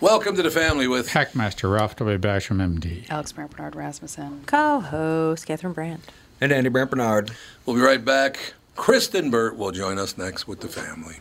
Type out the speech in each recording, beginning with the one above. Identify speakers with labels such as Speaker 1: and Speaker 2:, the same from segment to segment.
Speaker 1: Welcome to the family with
Speaker 2: Hackmaster Ralph W. Basham, MD.
Speaker 3: Alex Brant Bernard Rasmussen.
Speaker 4: Co-host Catherine Brandt.
Speaker 5: And Andy Brant Bernard.
Speaker 1: We'll be right back. Kristen Burt will join us next with the family.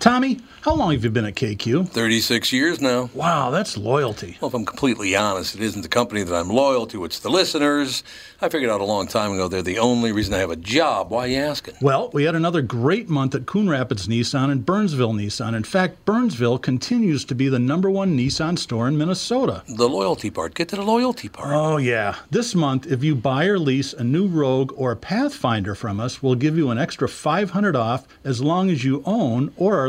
Speaker 6: Tommy, how long have you been at KQ?
Speaker 1: 36 years now.
Speaker 6: Wow, that's loyalty.
Speaker 1: Well, if I'm completely honest, it isn't the company that I'm loyal to, it's the listeners. I figured out a long time ago they're the only reason I have a job. Why are you asking?
Speaker 6: Well, we had another great month at Coon Rapids Nissan and Burnsville Nissan. In fact, Burnsville continues to be the number one Nissan store in Minnesota.
Speaker 1: The loyalty part. Get to the loyalty part.
Speaker 6: Oh, yeah. This month, if you buy or lease a new Rogue or Pathfinder from us, we'll give you an extra 500 off as long as you own or are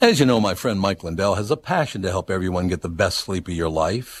Speaker 1: As you know, my friend Mike Lindell has a passion to help everyone get the best sleep of your life.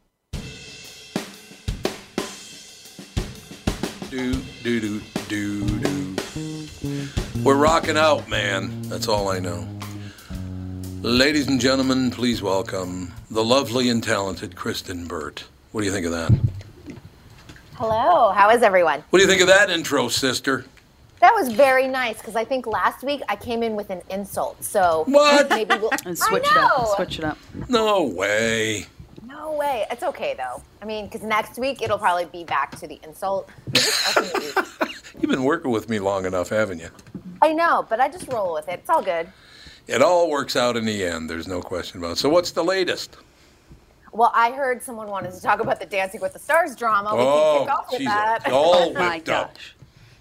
Speaker 1: Do, do, do, do, do. We're rocking out, man. That's all I know. Ladies and gentlemen, please welcome the lovely and talented Kristen Burt. What do you think of that?
Speaker 7: Hello, how is everyone?
Speaker 1: What do you think of that intro, sister?
Speaker 7: That was very nice because I think last week I came in with an insult. So
Speaker 1: What?
Speaker 7: maybe we'll
Speaker 3: And switch
Speaker 7: I
Speaker 3: it
Speaker 7: know.
Speaker 3: up. Switch it up.
Speaker 1: No way.
Speaker 7: No way. It's okay though. I mean, because next week it'll probably be back to the insult. I can do-
Speaker 1: You've been working with me long enough, haven't you?
Speaker 7: I know, but I just roll with it. It's all good.
Speaker 1: It all works out in the end. There's no question about it. So, what's the latest?
Speaker 7: Well, I heard someone wanted to talk about the Dancing with the Stars drama. We can kick off with
Speaker 1: Oh, she's
Speaker 7: that.
Speaker 1: all
Speaker 3: Oh My
Speaker 1: whipped up.
Speaker 3: gosh.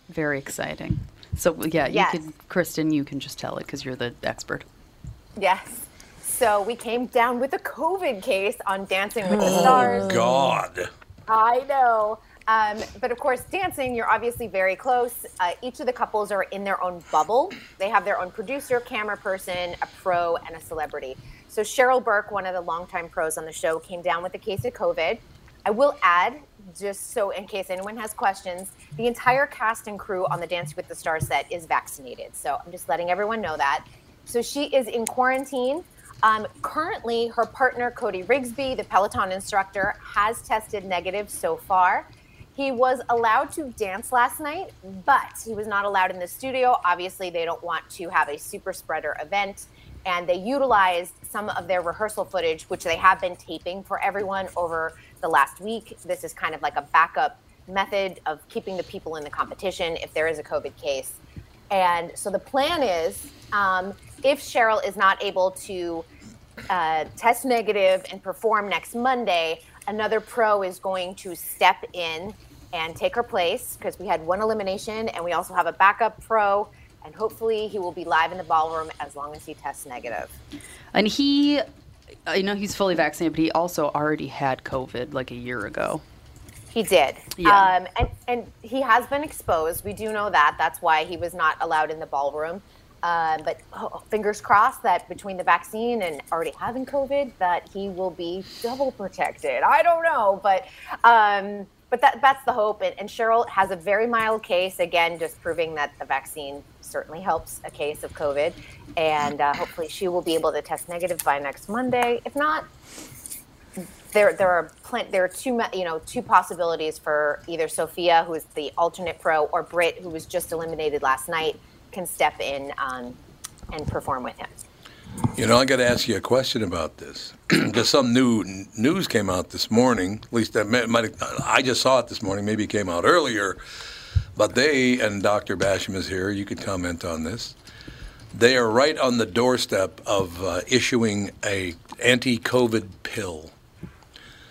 Speaker 3: Very exciting. So yeah, you
Speaker 7: Yes.
Speaker 3: could Kristen, you can just tell it because you're the expert.
Speaker 7: Yes. So we came down with a COVID case on Dancing with
Speaker 1: Oh,
Speaker 7: the
Speaker 3: Uh,
Speaker 7: Stars.
Speaker 1: God.
Speaker 7: I know. Um, but of course, dancing, you're obviously very close. Uh, each of the couples are in their own bubble. They have their own producer, camera person, a pro, and a celebrity. So Cheryl Burke, one of the longtime pros on the show, came down with a case of COVID. I will add, just so in case anyone has questions, the entire cast and crew on the Dancing with the Stars set is vaccinated. So I'm just letting everyone know that. So she is in quarantine. Um, currently, her partner, Cody Rigsby, the Peloton instructor, has tested negative so far. He was allowed to dance last night, but he was not allowed in the studio. Obviously, they don't want to have a super spreader event. And they utilized some of their rehearsal footage, which they have been taping for everyone over the last week. This is kind of like a backup method of keeping the people in the competition if there is a COVID case. And so the plan is um, if Cheryl is not able to uh, test negative and perform next Monday, another pro is going to step in and take her place because we had one elimination and we also have a backup pro. And hopefully he will be live in the ballroom as long as he tests negative.
Speaker 3: And he, I know he's fully vaccinated, but he also already had COVID like a year ago.
Speaker 7: He did.
Speaker 3: Yeah.
Speaker 7: Um, and, and he has been exposed. We do know that. That's why he was not allowed in the ballroom. Uh, but oh, fingers crossed that between the vaccine and already having COVID, that he will be double protected. I don't know, but um, but that that's the hope. And, and Cheryl has a very mild case again, just proving that the vaccine certainly helps a case of COVID. And uh, hopefully, she will be able to test negative by next Monday. If not, there there are plenty there are two ma- you know two possibilities for either Sophia who is the alternate pro or Britt who was just eliminated last night can step in um, and perform with him.
Speaker 1: You know, I got to ask you a question about this because some new n- news came out this morning. At least that may- might I just saw it this morning. Maybe it came out earlier, but they and Dr. Basham is here. You could comment on this. They are right on the doorstep of uh, issuing a anti-COVID pill.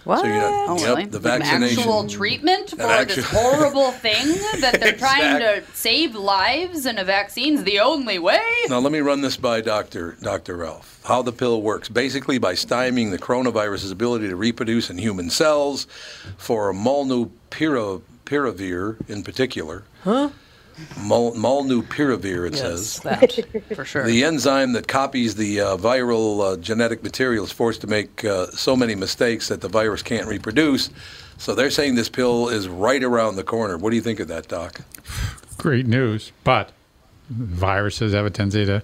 Speaker 4: What?
Speaker 1: So you know,
Speaker 3: Oh,
Speaker 1: yep,
Speaker 3: really?
Speaker 1: the
Speaker 5: An
Speaker 1: vaccination.
Speaker 5: actual treatment for
Speaker 1: actual-
Speaker 5: this horrible thing that they're trying to
Speaker 1: Exact-
Speaker 5: save lives and a vaccine's the only way.
Speaker 1: Now let me run this by Doctor Doctor Ralph. How the pill works? Basically, by stymieing the coronavirus's ability to reproduce in human cells, for molnupiravir in particular. Huh? Mol, molnupiravir, it says.
Speaker 3: that for sure.
Speaker 1: The enzyme that copies the uh, viral uh, genetic material is forced to make uh, so many mistakes that the virus can't reproduce. So they're saying this pill is right around the corner. What do you think of that, Doc?
Speaker 2: Great news, but viruses have a tendency to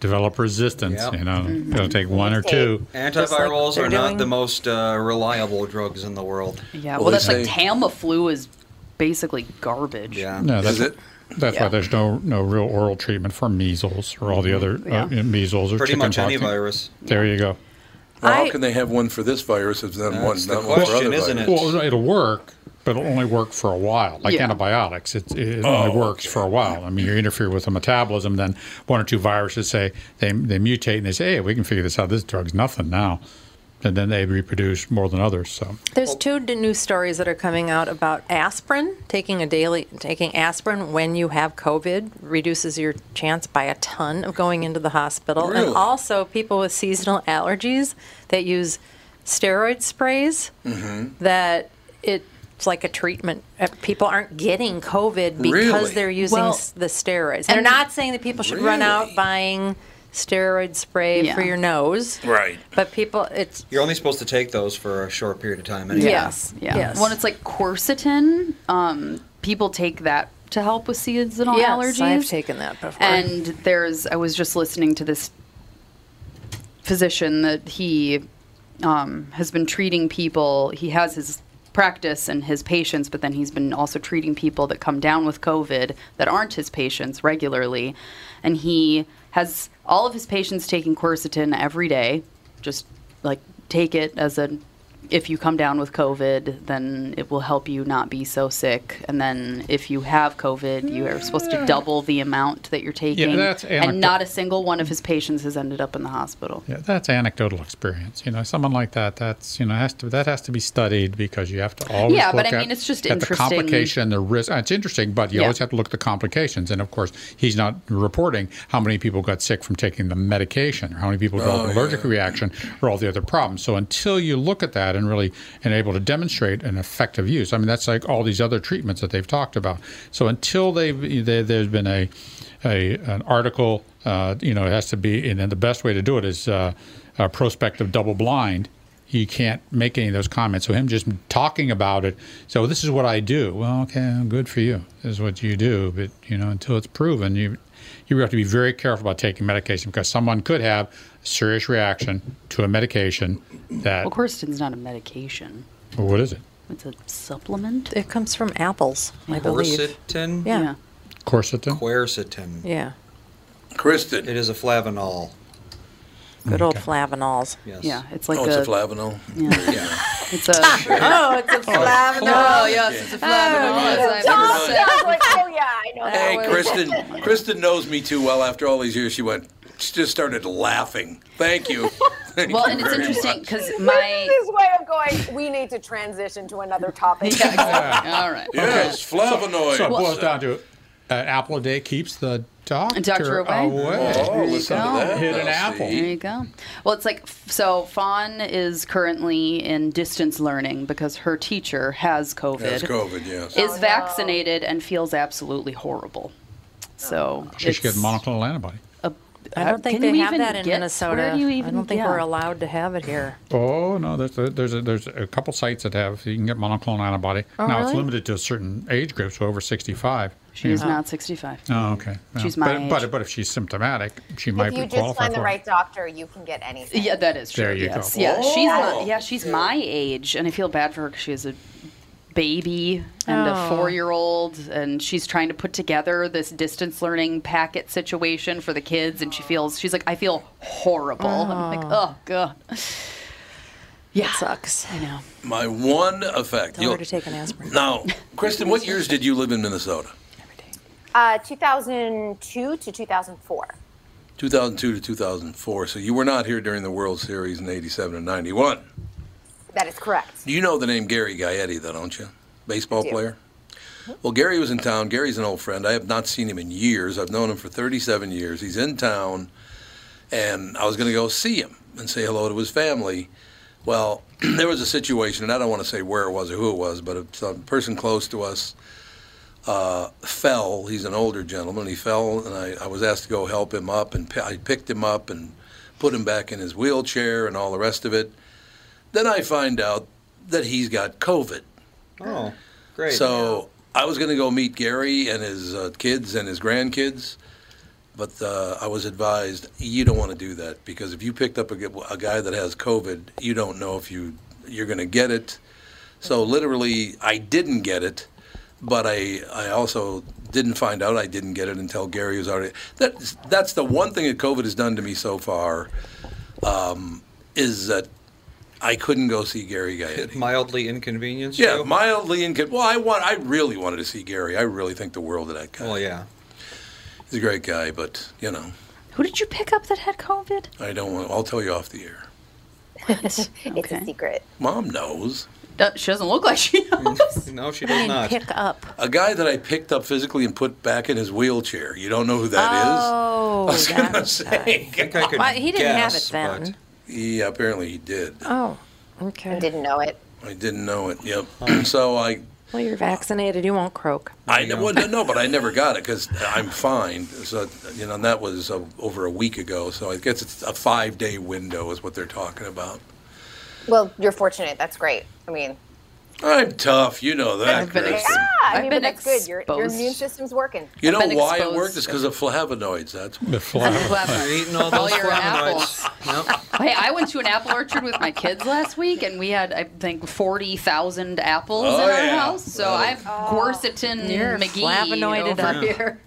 Speaker 2: develop resistance.
Speaker 8: Yep.
Speaker 2: You know, it'll take one or two.
Speaker 8: Antivirals
Speaker 4: they're
Speaker 8: are not
Speaker 4: doing-
Speaker 8: the most uh, reliable drugs in the world.
Speaker 3: yeah, well,
Speaker 1: Well, they
Speaker 3: that's like
Speaker 1: say-
Speaker 3: Tamiflu is basically garbage.
Speaker 8: Yeah.
Speaker 2: No, that's
Speaker 1: Is it?
Speaker 2: That's
Speaker 3: Yeah.
Speaker 2: why there's no no real oral treatment for measles or all the other
Speaker 3: Mm-hmm. Yeah.
Speaker 2: uh, measles or
Speaker 8: Pretty
Speaker 2: chicken
Speaker 8: much any
Speaker 2: pox.
Speaker 8: virus.
Speaker 2: There you go.
Speaker 1: Well, how
Speaker 4: I-
Speaker 1: can they have one for this virus if then one,
Speaker 8: That's the
Speaker 1: not one for
Speaker 8: question,
Speaker 1: other
Speaker 8: isn't
Speaker 1: viruses?
Speaker 8: it?
Speaker 2: Well, it'll work, but it'll only work for a while. Like
Speaker 3: Yeah.
Speaker 2: antibiotics, it, it
Speaker 8: Oh,
Speaker 2: only works for a while. I mean, you interfere with the metabolism, then one or two viruses say they, they mutate and they say, hey, we can figure this out. This drug's nothing now. And then they reproduce more than others. So
Speaker 4: There's two d- new stories that are coming out about aspirin. Taking a daily, taking aspirin when you have COVID reduces your chance by a ton of going into the hospital.
Speaker 1: Really?
Speaker 4: And also, people with seasonal allergies that use steroid sprays
Speaker 1: Mm-hmm.
Speaker 4: that it's like a treatment. Uh, People aren't getting COVID because
Speaker 1: Really?
Speaker 4: they're using
Speaker 3: Well,
Speaker 4: s- the steroids. They're
Speaker 3: and-
Speaker 4: not saying that people should run
Speaker 1: Really?
Speaker 4: out buying steroid spray
Speaker 3: Yeah.
Speaker 4: for your nose.
Speaker 1: Right.
Speaker 4: But people, it's
Speaker 8: You're only supposed to take those for a short period of time. Anyway.
Speaker 4: yes,
Speaker 3: Yeah.
Speaker 4: yes.
Speaker 5: When it's like quercetin, um, people take that to help with seasonal
Speaker 4: yes,
Speaker 5: allergies.
Speaker 4: I've taken that before.
Speaker 5: And
Speaker 3: And there's, I was just listening to this physician that he um, has been treating people. He has his practice and his patients, but then he's been also treating people that come down with COVID that aren't his patients regularly. And he has all of his patients taking quercetin every day. Just like take it as a if you come down with COVID, then it will help you not be so sick. And then if you have COVID, you are supposed to double the amount that you're taking.
Speaker 2: that's
Speaker 3: and
Speaker 2: anecdotal.
Speaker 3: not a single one of his patients has ended up in the hospital.
Speaker 2: yeah, that's anecdotal experience. You know, someone like that, that's, you know, has to, that has to be studied because you have to always
Speaker 5: Yeah, but
Speaker 2: look
Speaker 5: I
Speaker 2: at-
Speaker 5: mean, it's just
Speaker 2: at
Speaker 5: interesting.
Speaker 2: the complication, the risk. It's interesting, but you
Speaker 5: Yeah.
Speaker 2: always have to look at the complications. And of course, he's not reporting how many people got sick from taking the medication or how many people developed an allergic reaction or all the other problems. So until you look at that and really and able to demonstrate an effective use, I mean, that's like all these other treatments that they've talked about. So until they've there- there's been a, a an article, uh, you know, it has to be, and then the best way to do it is uh, uh, prospective double blind you can't make any of those comments. So him just talking about it. So this is what I do. Well, okay, good for you. This is what you do. But you know, until it's proven, you you have to be very careful about taking medication because someone could have a serious reaction to a medication that.
Speaker 3: Well, quercetin's not a medication.
Speaker 2: Well, what is it?
Speaker 5: It's a supplement.
Speaker 4: It comes from apples, I believe.
Speaker 8: Quercetin?
Speaker 4: Yeah.
Speaker 2: Quercetin.
Speaker 8: Quercetin.
Speaker 4: Yeah.
Speaker 1: Kristen.
Speaker 8: It is a flavonol.
Speaker 4: Good old flavonols.
Speaker 8: Yes.
Speaker 5: Yeah, it's like
Speaker 1: Oh, it's
Speaker 5: a,
Speaker 1: a flavanol.
Speaker 5: yeah,
Speaker 1: Yeah.
Speaker 5: it's a.
Speaker 4: Oh, it's a
Speaker 5: Oh
Speaker 4: flavanol.
Speaker 5: yes, it's a flavanol.
Speaker 7: Tom sounds like, oh yeah, I know that.
Speaker 1: Hey, Kristen. Kristen knows me too well. After all these years, she went. She just started laughing. Thank you. Thank
Speaker 5: Well,
Speaker 1: you
Speaker 5: and it's
Speaker 1: very
Speaker 5: interesting
Speaker 1: much.
Speaker 5: because
Speaker 7: This
Speaker 5: my
Speaker 7: is why I'm going. We need to transition to another topic.
Speaker 5: yeah, exactly. all right.
Speaker 1: Yes, flavonoids.
Speaker 2: So it boils down to an apple a day keeps the doctor,
Speaker 5: Doctor away.
Speaker 1: Oh, listen to
Speaker 5: go.
Speaker 1: that.
Speaker 2: Hit an
Speaker 1: now,
Speaker 2: apple.
Speaker 1: see.
Speaker 5: There you go. Well, it's like so. Fawn is currently in distance learning because her teacher has COVID.
Speaker 1: That's COVID, yes.
Speaker 5: Is vaccinated and feels absolutely horrible. So
Speaker 2: She should get
Speaker 5: it's- Uh,
Speaker 2: monoclonal antibody.
Speaker 4: I don't think
Speaker 5: Can
Speaker 4: they
Speaker 5: you
Speaker 4: have
Speaker 5: even
Speaker 4: that in
Speaker 5: get-
Speaker 4: Minnesota.
Speaker 5: where do you even-
Speaker 4: I don't think
Speaker 5: yeah.
Speaker 4: we're allowed to have it here.
Speaker 2: Oh no, there's a, there's a, there's a couple sites that have you can get monoclonal antibody. now it's
Speaker 4: really?
Speaker 2: limited to a certain age group, so over 65.
Speaker 5: She's
Speaker 2: Yeah.
Speaker 5: not 65.
Speaker 2: Oh, okay. Yeah.
Speaker 5: She's my
Speaker 2: but, but
Speaker 5: age.
Speaker 2: but if she's symptomatic, she might
Speaker 7: If you
Speaker 2: be
Speaker 7: just
Speaker 2: qualified
Speaker 7: find the
Speaker 2: for
Speaker 7: right
Speaker 2: it.
Speaker 7: doctor, you can get anything.
Speaker 5: Yeah, that is true.
Speaker 2: There you
Speaker 5: yes.
Speaker 2: go.
Speaker 5: Yeah, she's
Speaker 1: Oh.
Speaker 5: not, yeah, she's my age, and I feel bad for her because she has a baby and a
Speaker 4: Oh.
Speaker 5: four-year-old, and she's trying to put together this distance learning packet situation for the kids, and she feels she's like, I feel horrible. And I'm like, oh god. Yeah,
Speaker 4: Sucks.
Speaker 5: I know.
Speaker 1: My one effect.
Speaker 4: Tell
Speaker 1: you'll-
Speaker 4: her to take an aspirin.
Speaker 1: Now, Kristen, what years did you live in Minnesota?
Speaker 7: Uh, 2002 to 2004.
Speaker 1: 2002 to 2004. So you were not here during the World Series in 87 and 91.
Speaker 7: That is correct.
Speaker 1: You know the name Gary Gaetti, though, don't you? Baseball
Speaker 7: do.
Speaker 1: player? Well, Gary was in town. Gary's an old friend. I have not seen him in years. I've known him for 37 years. He's in town, and I was going to go see him and say hello to his family. Well, there was a situation, and I don't want to say where it was or who it was, but a, some person close to us uh, fell. He's an older gentleman. He fell, and I, I was asked to go help him up, and pi- I picked him up and put him back in his wheelchair and all the rest of it. Then I find out that he's got COVID.
Speaker 8: Oh, great.
Speaker 1: So I was going to go meet Gary and his uh, kids and his grandkids, but uh, I was advised you don't want to do that because if you picked up a, gu- a guy that has COVID, you don't know if you you're going to get it. So literally, I didn't get it, but I I also didn't find out I didn't get it until Gary was already. That's that's the one thing that COVID has done to me so far, um, is that I couldn't go see Gary Gaetti.
Speaker 8: mildly inconvenienced
Speaker 1: Yeah,
Speaker 8: you?
Speaker 1: mildly inconvenient. Well, I want. I really wanted to see Gary. I really think the world of that guy.
Speaker 8: well, yeah.
Speaker 1: He's a great guy, but you know,
Speaker 5: Who did you pick up that had COVID?
Speaker 1: I don't want. I'll tell you off the air.
Speaker 7: It's a secret.
Speaker 1: Mom knows
Speaker 5: Uh, She doesn't look like she knows.
Speaker 8: No, she does not.
Speaker 4: Pick up.
Speaker 1: a guy that I picked up physically and put back in his wheelchair. You don't know who that
Speaker 4: Oh,
Speaker 1: is.
Speaker 4: that
Speaker 1: I'm saying.
Speaker 8: I think I could
Speaker 4: Well, he didn't have it
Speaker 8: guess,
Speaker 4: then.
Speaker 8: but-
Speaker 1: Yeah, apparently he did.
Speaker 4: Oh,
Speaker 7: I
Speaker 4: okay.
Speaker 7: didn't know it.
Speaker 1: I didn't know it. Yep. so I,
Speaker 4: Well, you're vaccinated. You won't croak.
Speaker 1: I well, no, but I never got it because I'm fine. So you know, and that was uh, over a week ago. So I guess it's a five-day window is what they're talking about.
Speaker 7: Well, you're fortunate. That's great. I mean,
Speaker 1: I'm tough, you know that.
Speaker 5: I've been
Speaker 1: Chris.
Speaker 5: ex-
Speaker 7: I
Speaker 5: I've
Speaker 7: mean,
Speaker 5: been
Speaker 7: but that's good. Your, your immune
Speaker 5: exposed.
Speaker 7: system's working.
Speaker 1: You know
Speaker 5: been
Speaker 1: why it
Speaker 5: exposed.
Speaker 1: worked? It's because of flavonoids. That's why.
Speaker 2: The flower.
Speaker 8: You're
Speaker 5: Flavonoids.
Speaker 8: eating all those
Speaker 5: your
Speaker 8: flavonoids. Yep.
Speaker 5: Hey, I went to an apple orchard with my kids last week, and we had, I think, 40,000 apples
Speaker 1: Oh,
Speaker 5: in our
Speaker 1: yeah.
Speaker 5: house. So I've quercetin
Speaker 4: You're
Speaker 5: McGee
Speaker 4: flavonoided
Speaker 5: over
Speaker 4: up.
Speaker 5: here.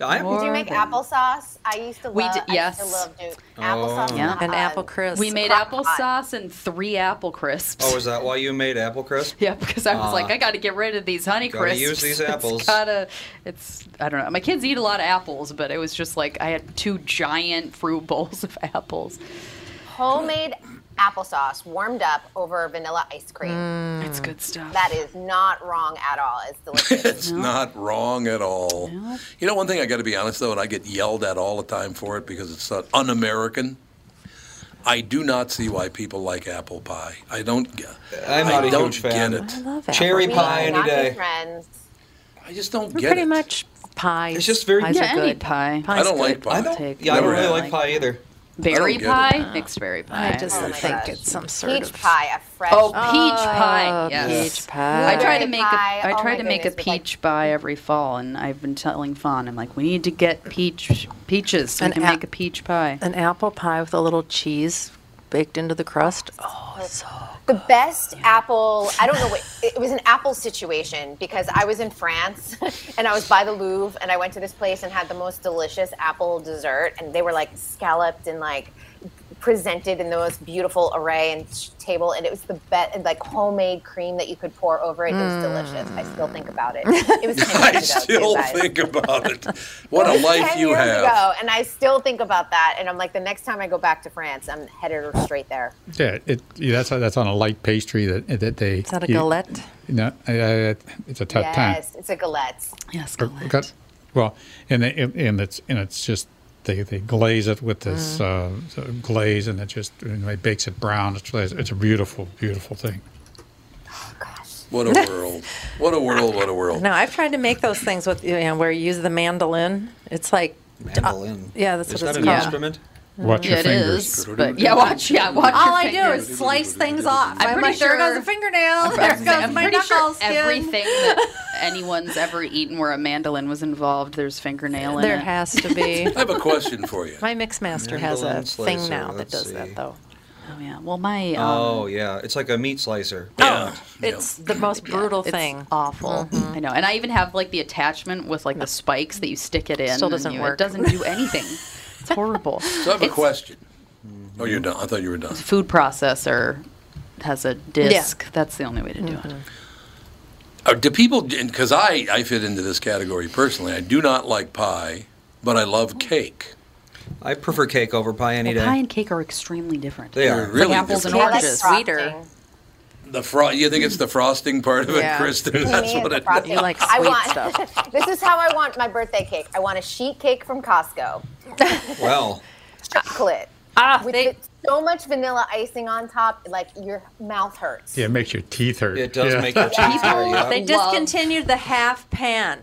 Speaker 8: I'm-
Speaker 7: Did you make applesauce? I used to love.
Speaker 5: We did-
Speaker 7: I used to
Speaker 5: yes.
Speaker 7: love doing applesauce.
Speaker 8: Oh.
Speaker 5: Yeah.
Speaker 7: and,
Speaker 4: An
Speaker 7: uh,
Speaker 4: apple crisp.
Speaker 5: We made
Speaker 7: crock pot.
Speaker 5: applesauce and three apple crisps.
Speaker 8: Oh, is that why you made apple crisp? Ah.
Speaker 5: yeah, because I was like, I got to get rid of these honey
Speaker 8: Gotta
Speaker 5: crisps.
Speaker 8: use these apples.
Speaker 5: It's gotta. It's I don't know. My kids eat a lot of apples, but it was just like I had two giant fruit bowls of apples.
Speaker 7: Homemade applesauce warmed up over vanilla ice cream.
Speaker 5: It's Mm. good stuff.
Speaker 7: That is not wrong at all. It's delicious.
Speaker 1: It's not wrong at all. You know, one thing I got to be honest though, and I get yelled at all the time for it because it's uh, un-American. I do not see why people like apple pie. I don't. g-
Speaker 8: I'm not
Speaker 1: I
Speaker 8: a
Speaker 1: don't
Speaker 8: huge
Speaker 1: get
Speaker 8: fan.
Speaker 1: it.
Speaker 4: I love it.
Speaker 8: Cherry
Speaker 7: We
Speaker 8: pie
Speaker 7: are
Speaker 8: any
Speaker 7: not good
Speaker 8: day.
Speaker 7: friends.
Speaker 1: I just don't
Speaker 4: We're
Speaker 1: get
Speaker 4: pretty
Speaker 1: it.
Speaker 4: much pies.
Speaker 8: It's just very-
Speaker 4: Pies
Speaker 5: Yeah,
Speaker 4: are
Speaker 5: any
Speaker 4: good.
Speaker 5: pie.
Speaker 4: Pie's
Speaker 1: I don't like
Speaker 4: good.
Speaker 1: pie.
Speaker 8: I don't.
Speaker 5: Take
Speaker 8: Yeah, I don't
Speaker 5: your-
Speaker 8: really
Speaker 5: I like
Speaker 8: like pie either.
Speaker 5: Berry
Speaker 1: get it.
Speaker 5: pie, mixed berry pie.
Speaker 4: Ah. I just
Speaker 7: Oh my
Speaker 4: think
Speaker 7: gosh.
Speaker 4: it's some sort
Speaker 7: Peach
Speaker 4: of
Speaker 7: pie, a fresh.
Speaker 5: Oh, peach pie.
Speaker 4: Oh,
Speaker 5: Yes.
Speaker 4: peach pie.
Speaker 5: I try to
Speaker 7: Blueberry
Speaker 5: make
Speaker 7: pie.
Speaker 5: a I
Speaker 7: Oh
Speaker 5: try
Speaker 7: my
Speaker 5: to make a
Speaker 7: goodness, like-
Speaker 5: peach pie every fall, and I've been telling Fawn, I'm like, we need to get peach peaches. So we
Speaker 4: An
Speaker 5: can
Speaker 4: app-
Speaker 5: make a peach pie.
Speaker 4: An apple pie with a little cheese baked into the crust. Oh, so
Speaker 7: The best apple, I don't know what, it was an apple situation because I was in France and I was by the Louvre and I went to this place and had the most delicious apple dessert and they were like scalloped and like presented in the most beautiful array and sh- table and it was the best like homemade cream that you could pour over it. It was delicious. I still think about it. It was 10 years
Speaker 1: I
Speaker 7: ago, too,
Speaker 1: still
Speaker 7: guys.
Speaker 1: think about it. What a
Speaker 7: It was
Speaker 1: life
Speaker 7: 10
Speaker 1: you
Speaker 7: years
Speaker 1: have.
Speaker 7: ago, and I still think about that and I'm like the next time I go back to France, I'm headed straight there.
Speaker 2: Yeah, it, yeah, that's that's on a light pastry that that they.
Speaker 4: is that a
Speaker 2: you-
Speaker 4: galette?
Speaker 2: No, uh, it's a tatin.
Speaker 7: Yes, it's a galette.
Speaker 5: Yes,
Speaker 2: Or-
Speaker 5: Colette.
Speaker 2: got- well, and they, and- and it's and it's just they, they glaze it with this uh, sort of glaze, and it just and it bakes it brown. It's, it's a beautiful, beautiful thing.
Speaker 1: What a world. What a world. What a world.
Speaker 4: No, I've tried to make those things with you know where you use the mandolin. It's like uh,
Speaker 8: Mandolin.
Speaker 4: yeah, that's
Speaker 8: Is
Speaker 4: what
Speaker 8: that
Speaker 4: it's
Speaker 8: an
Speaker 4: called.
Speaker 8: instrument?
Speaker 2: Watch your
Speaker 5: It
Speaker 2: fingers.
Speaker 5: is, but yeah, watch, yeah, watch.
Speaker 4: All
Speaker 5: your
Speaker 4: I do
Speaker 5: fingers.
Speaker 4: is slice things off.
Speaker 5: I'm
Speaker 4: I'm,
Speaker 5: pretty
Speaker 4: like, there
Speaker 5: sure-
Speaker 4: goes a fingernail. There goes
Speaker 5: I'm
Speaker 4: my
Speaker 5: pretty sure
Speaker 4: knuckles.
Speaker 5: everything that anyone's ever eaten where a mandolin was involved, there's fingernail in
Speaker 4: There
Speaker 5: it.
Speaker 4: has to be.
Speaker 1: I have a question for you.
Speaker 4: My mix master has a
Speaker 8: Mandolin
Speaker 4: thing
Speaker 8: slicer,
Speaker 4: now that
Speaker 8: let's
Speaker 4: does
Speaker 8: see.
Speaker 4: that though.
Speaker 5: oh yeah. Well, my um, Oh,
Speaker 8: Oh yeah, it's like a meat slicer.
Speaker 1: Yeah.
Speaker 4: It's the most brutal
Speaker 5: it's
Speaker 4: thing. Mm-hmm.
Speaker 5: awful. I know. And I even have like the attachment with like the spikes that you stick it in.
Speaker 4: Still
Speaker 5: and
Speaker 4: doesn't
Speaker 5: you-
Speaker 4: work.
Speaker 5: It doesn't do anything. it's horrible.
Speaker 1: So I have a
Speaker 5: It's-
Speaker 1: question.
Speaker 8: Mm-hmm.
Speaker 1: Oh, you're done. I thought you were done.
Speaker 5: Food processor has a disc. That's the only way to do
Speaker 4: Mm-hmm.
Speaker 5: it.
Speaker 1: Uh, do people, because I, I fit into this category personally, I do not like pie, but I love cake.
Speaker 8: I prefer cake over pie any
Speaker 5: Well, pie
Speaker 8: day.
Speaker 5: and cake are extremely different.
Speaker 8: They
Speaker 1: They're
Speaker 8: are.
Speaker 1: really
Speaker 5: apples and
Speaker 1: different.
Speaker 7: Yeah, I like
Speaker 5: Oranges.
Speaker 7: frosting.
Speaker 4: Sweeter.
Speaker 1: The fro- you think it's the frosting part of it,
Speaker 4: Yeah.
Speaker 1: Kristen?
Speaker 7: To
Speaker 1: That's
Speaker 7: me, it's
Speaker 1: what
Speaker 7: a
Speaker 1: it
Speaker 7: frosting.
Speaker 4: You like
Speaker 7: I
Speaker 4: sweet
Speaker 7: want,
Speaker 4: stuff.
Speaker 7: this is how I want my birthday cake. I want a sheet cake from Costco,
Speaker 8: Well,
Speaker 7: chocolate,
Speaker 4: Ah,
Speaker 7: with
Speaker 4: they,
Speaker 7: the- so much vanilla icing on top, like your mouth hurts.
Speaker 2: Yeah, it makes your teeth hurt.
Speaker 8: it does
Speaker 2: Yeah.
Speaker 8: make your teeth hurt. yeah.
Speaker 4: they discontinued the half pan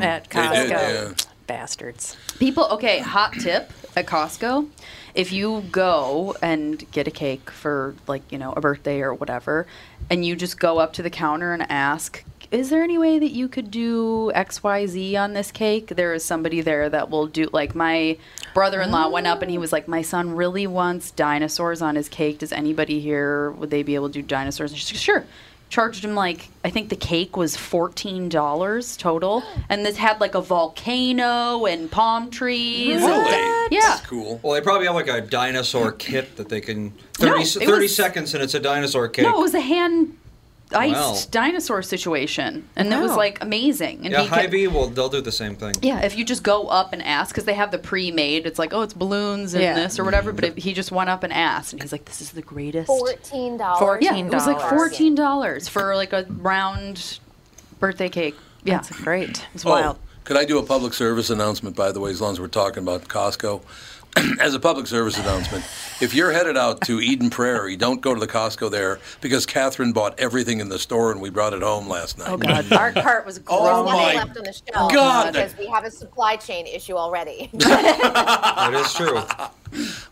Speaker 4: at Costco.
Speaker 1: did, yeah.
Speaker 4: Bastards.
Speaker 5: People, okay, hot tip at Costco. If you go and get a cake for like, you know, a birthday or whatever, and you just go up to the counter and ask, is there any way that you could do XYZ on this cake? There is somebody there that will do like my brother-in-law went up and he was like, "My son really wants dinosaurs on his cake. Does anybody here would they be able to do dinosaurs?" And she's like, "Sure." charged him like I think the cake was fourteen dollars total, and this had like a volcano and palm trees.
Speaker 1: Really?
Speaker 5: Yeah.
Speaker 1: That's cool.
Speaker 8: well, they probably have like a dinosaur kit that they can 30,
Speaker 5: No,
Speaker 8: s-
Speaker 5: it
Speaker 8: 30
Speaker 5: was-
Speaker 8: seconds and it's a dinosaur cake.
Speaker 5: No, it was a hand iced
Speaker 8: Wow.
Speaker 5: dinosaur situation, and it was
Speaker 4: Wow.
Speaker 5: like amazing. And
Speaker 8: yeah,
Speaker 5: he kept-
Speaker 8: Hy-Vee will they'll do the same thing.
Speaker 5: yeah, if you just go up and ask, because they have the pre-made, it's like, oh, it's balloons and
Speaker 4: Yeah.
Speaker 5: this or whatever. But if, he just went up and asked, and he's like, "This is the greatest."
Speaker 7: Fourteen dollars.
Speaker 4: Fourteen.
Speaker 5: Yeah, it was like
Speaker 4: $14.
Speaker 5: fourteen dollars for like a round birthday cake. Yeah,
Speaker 4: That's great.
Speaker 5: it's
Speaker 1: Oh,
Speaker 5: wild.
Speaker 1: could I do a public service announcement, by the way, as long as we're talking about Costco? as a public service announcement, if you're headed out to Eden Prairie, don't go to the Costco there because Catherine bought everything in the store and we brought it home last night.
Speaker 5: Oh God.
Speaker 4: Our cart was gross.
Speaker 1: Oh
Speaker 7: Nothing
Speaker 1: my
Speaker 7: left on the shelf
Speaker 1: God.
Speaker 7: because we have a supply chain issue already.
Speaker 8: That is true.